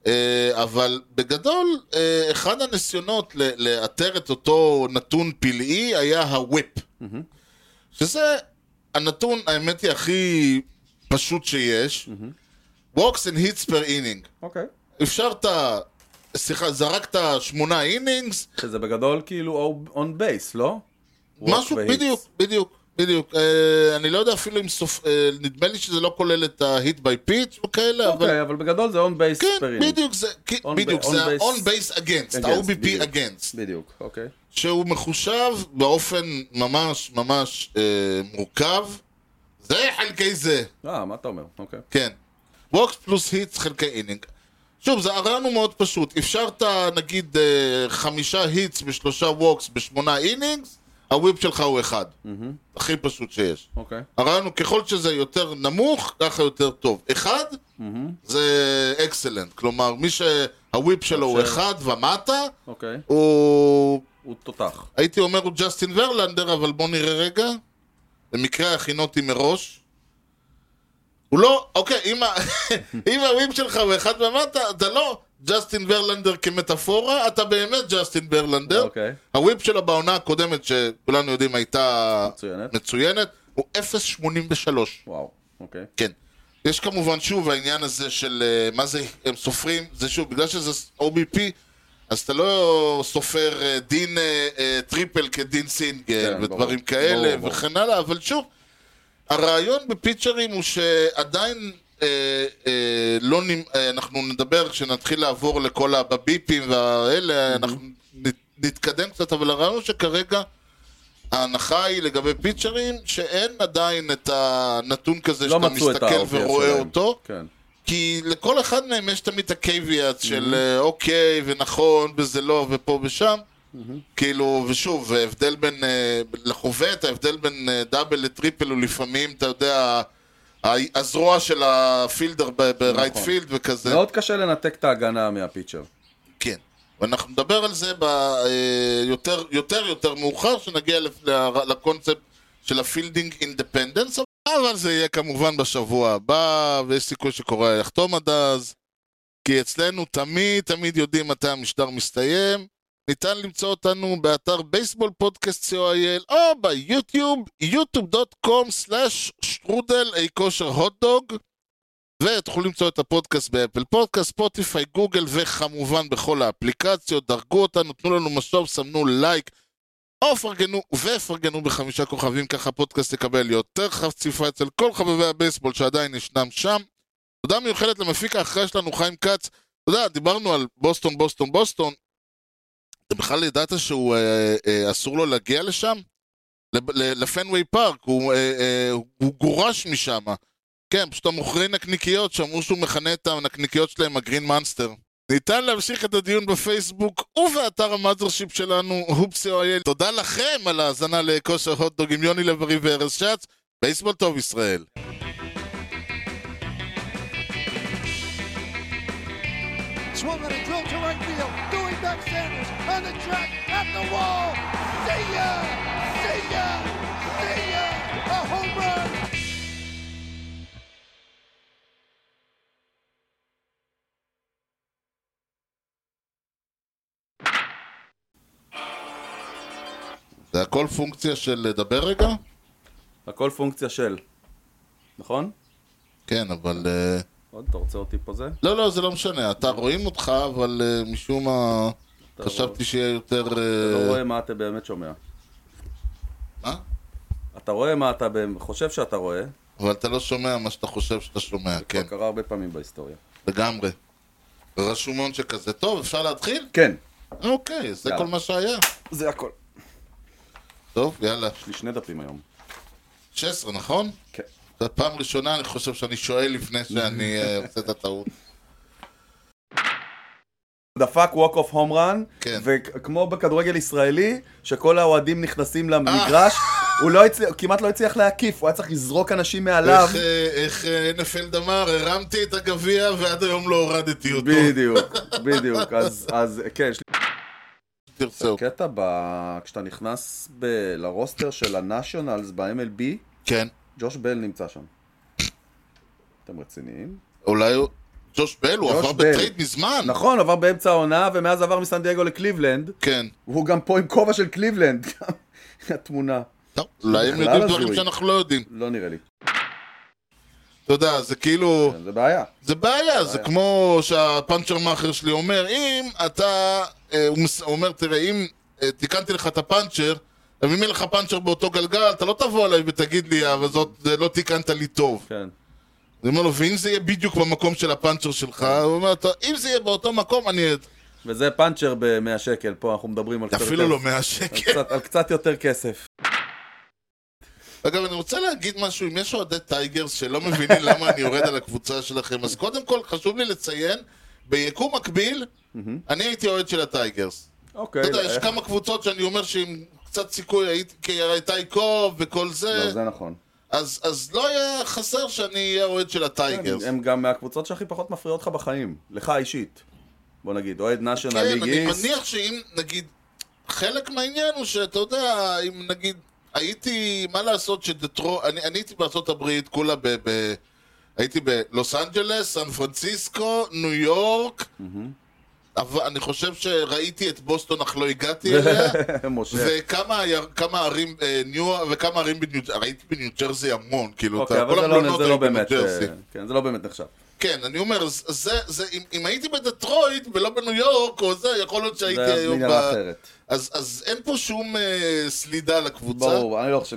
Speaker 1: אה, אבל בגדול, אה, אחד הניסיונות ל- לאתר את אותו נתון פלאי היה ה-whip. שזה הנתון, האמת היא, הכי פשוט שיש. Walks and hits per inning.
Speaker 2: אוקיי.
Speaker 1: אפשרת, סליחה, זרקת שמונה אינינגס,
Speaker 2: שזה בגדול כאילו on base, לא?
Speaker 1: משהו,
Speaker 2: Walk ו-hits.
Speaker 1: בדיוק, בדיוק, בדיוק. אה, אני לא יודע אפילו אם סוף, אה, נדמה לי שזה לא כולל את ה-hit by pitch וכאלה, אבל...
Speaker 2: אוקיי, אבל בגדול זה on base per
Speaker 1: כן,
Speaker 2: inning.
Speaker 1: בדיוק, זה, כן,
Speaker 2: On
Speaker 1: בדיוק,
Speaker 2: ba-
Speaker 1: זה
Speaker 2: on base-
Speaker 1: ה-on base against,
Speaker 2: Against,
Speaker 1: ה-OBP
Speaker 2: בדיוק.
Speaker 1: against,
Speaker 2: בדיוק, אוקיי.
Speaker 1: שהוא מחושב באופן ממש ממש אה, מורכב, זה חלקי זה.
Speaker 2: אה, מה אתה אומר? אוקיי.
Speaker 1: כן. ווקס פלוס היטס חלקי אינינג. שוב, זה הרעיון הוא מאוד פשוט. אפשרת, נגיד, אה, חמישה היטס בשלושה ווקס בשמונה אינינגס, הוויפ שלך הוא אחד. הכי פשוט שיש.
Speaker 2: אוקיי.
Speaker 1: הרעיון הוא ככל שזה יותר נמוך, ככה יותר טוב. אחד, זה אקסלנט. כלומר, מי שהוויפ שלו הוא
Speaker 2: מאפשר.
Speaker 1: אחד ומטה,
Speaker 2: אוקיי.
Speaker 1: הוא...
Speaker 2: הוא תותח.
Speaker 1: הייתי אומר הוא ג'סטין ורלנדר, אבל בוא נראה רגע. במקרה הכינותי מראש. הוא לא, אוקיי, אם ה- אם הוויפ שלך הוא אחד ומטה, אתה לא, ג'סטין ברלנדר כמטאפורה, אתה באמת ג'סטין ברלנדר.
Speaker 2: אוקיי.
Speaker 1: הוויפ שלו בעונה הקודמת, שכולנו יודעים הייתה
Speaker 2: מצוינת.
Speaker 1: מצוינת הוא 0.83.
Speaker 2: וואו, אוקיי.
Speaker 1: כן. יש כמובן שוב העניין הזה של אה, מה זה, הם סופרים, זה שוב, בגלל שזה OBP, אז אתה לא סופר אה, דין אה, אה, טריפל כדין סינגל
Speaker 2: כן,
Speaker 1: ודברים
Speaker 2: ברור.
Speaker 1: כאלה
Speaker 2: ברור, ברור.
Speaker 1: וכן הלאה, אבל שוב, הרעיון בפיצ'רים הוא שעדיין אה, אה, לא נמ... אה, אנחנו נדבר כשנתחיל לעבור לכל ה... בביפים
Speaker 2: Mhm.
Speaker 1: והאלה, אנחנו נ- נתקדם קצת, אבל הרעיון הוא שכרגע ההנחה היא לגבי פיצ'רים שאין עדיין את הנתון כזה
Speaker 2: לא
Speaker 1: שאתה
Speaker 2: מצאו את
Speaker 1: מסתכל
Speaker 2: האופי
Speaker 1: ורואה
Speaker 2: שלהם.
Speaker 1: אותו.
Speaker 2: כן.
Speaker 1: כי לכל אחד מהם יש תמיד את הקייביאט של אה, אוקיי ונכון וזה לא ופה ושם כאילו ושוב ההבדל בין אה, לחובט ההבדל בין אה, דאבל לטריפל הוא לפעמים אתה יודע ה- הזרוע של הפילדר ב- ברייט
Speaker 2: נכון.
Speaker 1: פילד וכזה
Speaker 2: מאוד קשה לנתק את ההגנה מהפיצ'ר.
Speaker 1: כן ואנחנו נדבר על זה ב, אה, יותר יותר יותר מאוחר שנגיע לפ- ל- לקונספט של הפילדינג אינדפנדנס אבל זה יהיה כמובן בשבוע הבא ויש סיכוי שקוריאה יחתום עד אז כי אצלנו תמיד תמיד יודעים מתי המשדר מסתיים ניתן למצוא אותנו באתר בייסבול פודקאסט co.il או ביוטיוב yוטיוב.com/שטרודל אי כושר הוטדוג ותוכלו למצוא את הפודקאסט באפל פודקאסט, ספוטיפיי, גוגל וכמובן בכל האפליקציות. דרגו אותנו, תנו לנו משוב, סמנו לייק או פרגנו ופרגנו בחמישה כוכבים, ככה הפודקאסט יקבל יותר חשיפה אצל כל חבבי הבייסבול שעדיין ישנם שם. תודה מיוחדת למפיק האחראי שלנו, חיים כץ. אתה יודע, דיברנו על בוסטון, בוסטון, בוסטון. אתה בכלל ידעת שהוא, אה, אה, אסור לו להגיע לשם? לב- ל- לפנוויי פארק, הוא, אה, אה, הוא גורש משם. כן, פשוט המוכרי נקניקיות שאמרו שהוא מכנה את הנקניקיות שלהם הגרין מאנסטר. ניתן להמשיך את הדיון בפייסבוק ובאתר המאזרשיפ שלנו, הופסי.או.איי. תודה לכם על ההאזנה לכושר הוטדוג עם יוני לב-ארי וארז שץ. בייסבול טוב ישראל.
Speaker 7: Swung on a drill to right field. Doing back Sanders on the track at the wall. See ya! See ya! See ya! A home run!
Speaker 1: זה הכל פונקציה של לדבר רגע?
Speaker 2: הכל פונקציה של. נכון?
Speaker 1: כן, אבל... אה,
Speaker 2: עוד, אתה רוצה אותי פה זה?
Speaker 1: לא, לא, זה לא משנה. אתה רואים אותך, אבל אה, משום מה... חשבתי שיהיה יותר...
Speaker 2: לא אתה
Speaker 1: אה,
Speaker 2: לא רואה מה אתה באמת שומע.
Speaker 1: מה?
Speaker 2: אתה רואה מה אתה באמת- חושב שאתה רואה,
Speaker 1: אבל אתה לא שומע מה שאתה חושב שאתה שומע, כן,
Speaker 2: כבר קרה הרבה פעמים בהיסטוריה.
Speaker 1: לגמרי. רשומון שכזה. טוב, אפשר להתחיל?
Speaker 2: כן.
Speaker 1: אוקיי, זה
Speaker 2: יאללה.
Speaker 1: כל מה שהיה.
Speaker 2: זה הכל.
Speaker 1: טוב, יאללה.
Speaker 2: יש לי שני דפים היום.
Speaker 1: 16, נכון?
Speaker 2: כן.
Speaker 1: זו פעם ראשונה, אני חושב שאני שואל לפני שאני אה, עושה את הטעות.
Speaker 2: דפק ווק אוף הום רן,
Speaker 1: כן.
Speaker 2: וכמו בכדורגל ישראלי, שכל האוהדים נכנסים למגרש,
Speaker 1: אה.
Speaker 2: הוא לא הצליח, כמעט לא הצליח להקיף, הוא היה צריך לזרוק אנשים מעליו.
Speaker 1: איך, אה, איך אה, נפלד אמר, הרמתי את הגביע ועד היום לא הורדתי אותו.
Speaker 2: בדיוק, בדיוק, אז- אז כן, יש לי
Speaker 1: תרצה.
Speaker 2: קטע ב... כשאתה נכנס ב... לרוסטר של הנאשונלס ב-MLB,
Speaker 1: כן.
Speaker 2: ג'וש בל נמצא שם. אתם רציניים?
Speaker 1: אולי הוא... ג'וש בל, הוא
Speaker 2: ג'וש
Speaker 1: עבר
Speaker 2: בל.
Speaker 1: בטרייד מזמן.
Speaker 2: נכון, עבר באמצע העונה, ומאז עבר מסן דייגו לקליבלנד,
Speaker 1: כן.
Speaker 2: והוא גם פה עם כובע של קליבלנד, התמונה.
Speaker 1: טוב, אולי הם
Speaker 2: בכלל
Speaker 1: יודעים
Speaker 2: הזוי.
Speaker 1: דברים שאנחנו לא יודעים.
Speaker 2: לא נראה לי.
Speaker 1: אתה יודע, זה כאילו...
Speaker 2: זה בעיה.
Speaker 1: זה בעיה, זה כמו שהפאנצ'ר מאכר שלי אומר, אם אתה, אה, הוא מס- הוא אומר, תראה, אם אה, תיקנתי לך את הפאנצ'ר, אבל אם אין לך פאנצ'ר באותו גלגל, אתה לא תבוא אליי ותגיד לי, אבל זאת, זה לא תיקנת לי טוב.
Speaker 2: כן.
Speaker 1: אני אומר לו, ואם זה יהיה בדיוק במקום של הפאנצ'ר שלך, הוא אומר, "טוב, אם זה יהיה באותו מקום, אני...
Speaker 2: וזה פאנצ'ר ב-100 שקל, פה אנחנו מדברים על קצת
Speaker 1: אפילו
Speaker 2: יותר-
Speaker 1: לא 100
Speaker 2: על
Speaker 1: שקל.
Speaker 2: קצת- על קצת יותר כסף.
Speaker 1: אגב, אני רוצה להגיד משהו, אם יש אוהדי טייגרס שלא מבינים למה אני יורד על הקבוצה שלכם, אז קודם כל חשוב לי לציין, ביקום מקביל, אני הייתי אוהד של הטייגרס.
Speaker 2: אוקיי.
Speaker 1: אתה יודע, יש
Speaker 2: איך-
Speaker 1: כמה קבוצות שאני אומר שעם קצת סיכוי הייתי, כי הייתה עיקוב וכל
Speaker 2: לא,
Speaker 1: זה,
Speaker 2: זה נכון.
Speaker 1: אז אז לא היה חסר שאני אהיה אוהד של הטייגרס.
Speaker 2: כן, הם גם מהקבוצות שהכי פחות מפריעות לך בחיים. לך אישית. בוא נגיד, אוהד נאשונל
Speaker 1: כן,
Speaker 2: ליג
Speaker 1: אני
Speaker 2: איסט.
Speaker 1: מניח שאם, נגיד, חלק מהעניין הוא שאתה יודע, אם נגיד, הייתי, מה לעשות שדטרו, אני אני הייתי בארצות הברית, כולה ב... ב- הייתי בלוס אנג'לס, סן פרנסיסקו, ניו יורק, אבל אני חושב שראיתי את בוסטון אך לא הגעתי אליה.
Speaker 2: משה.
Speaker 1: וכמה היה- כמה ערים, אה, ניו, וכמה ערים בניו ג'רזי, ראיתי בניו ג'רזי המון, כאילו,
Speaker 2: אוקיי,
Speaker 1: כל
Speaker 2: אבל זה לא-
Speaker 1: המלונות
Speaker 2: זה
Speaker 1: היו
Speaker 2: לא
Speaker 1: בניו
Speaker 2: באמת,
Speaker 1: ג'רזי.
Speaker 2: אה, כן, זה לא באמת נחשב.
Speaker 1: כן, אני אומר, זה- זה, זה, אם, אם הייתי בדטרויט ולא בניו יורק או זה, יכול להיות שהייתי
Speaker 2: זה
Speaker 1: היום ב...
Speaker 2: מדינה אחרת.
Speaker 1: אז, אז אין פה שום אה, סלידה לקבוצה.
Speaker 2: ברור, אני לא חושב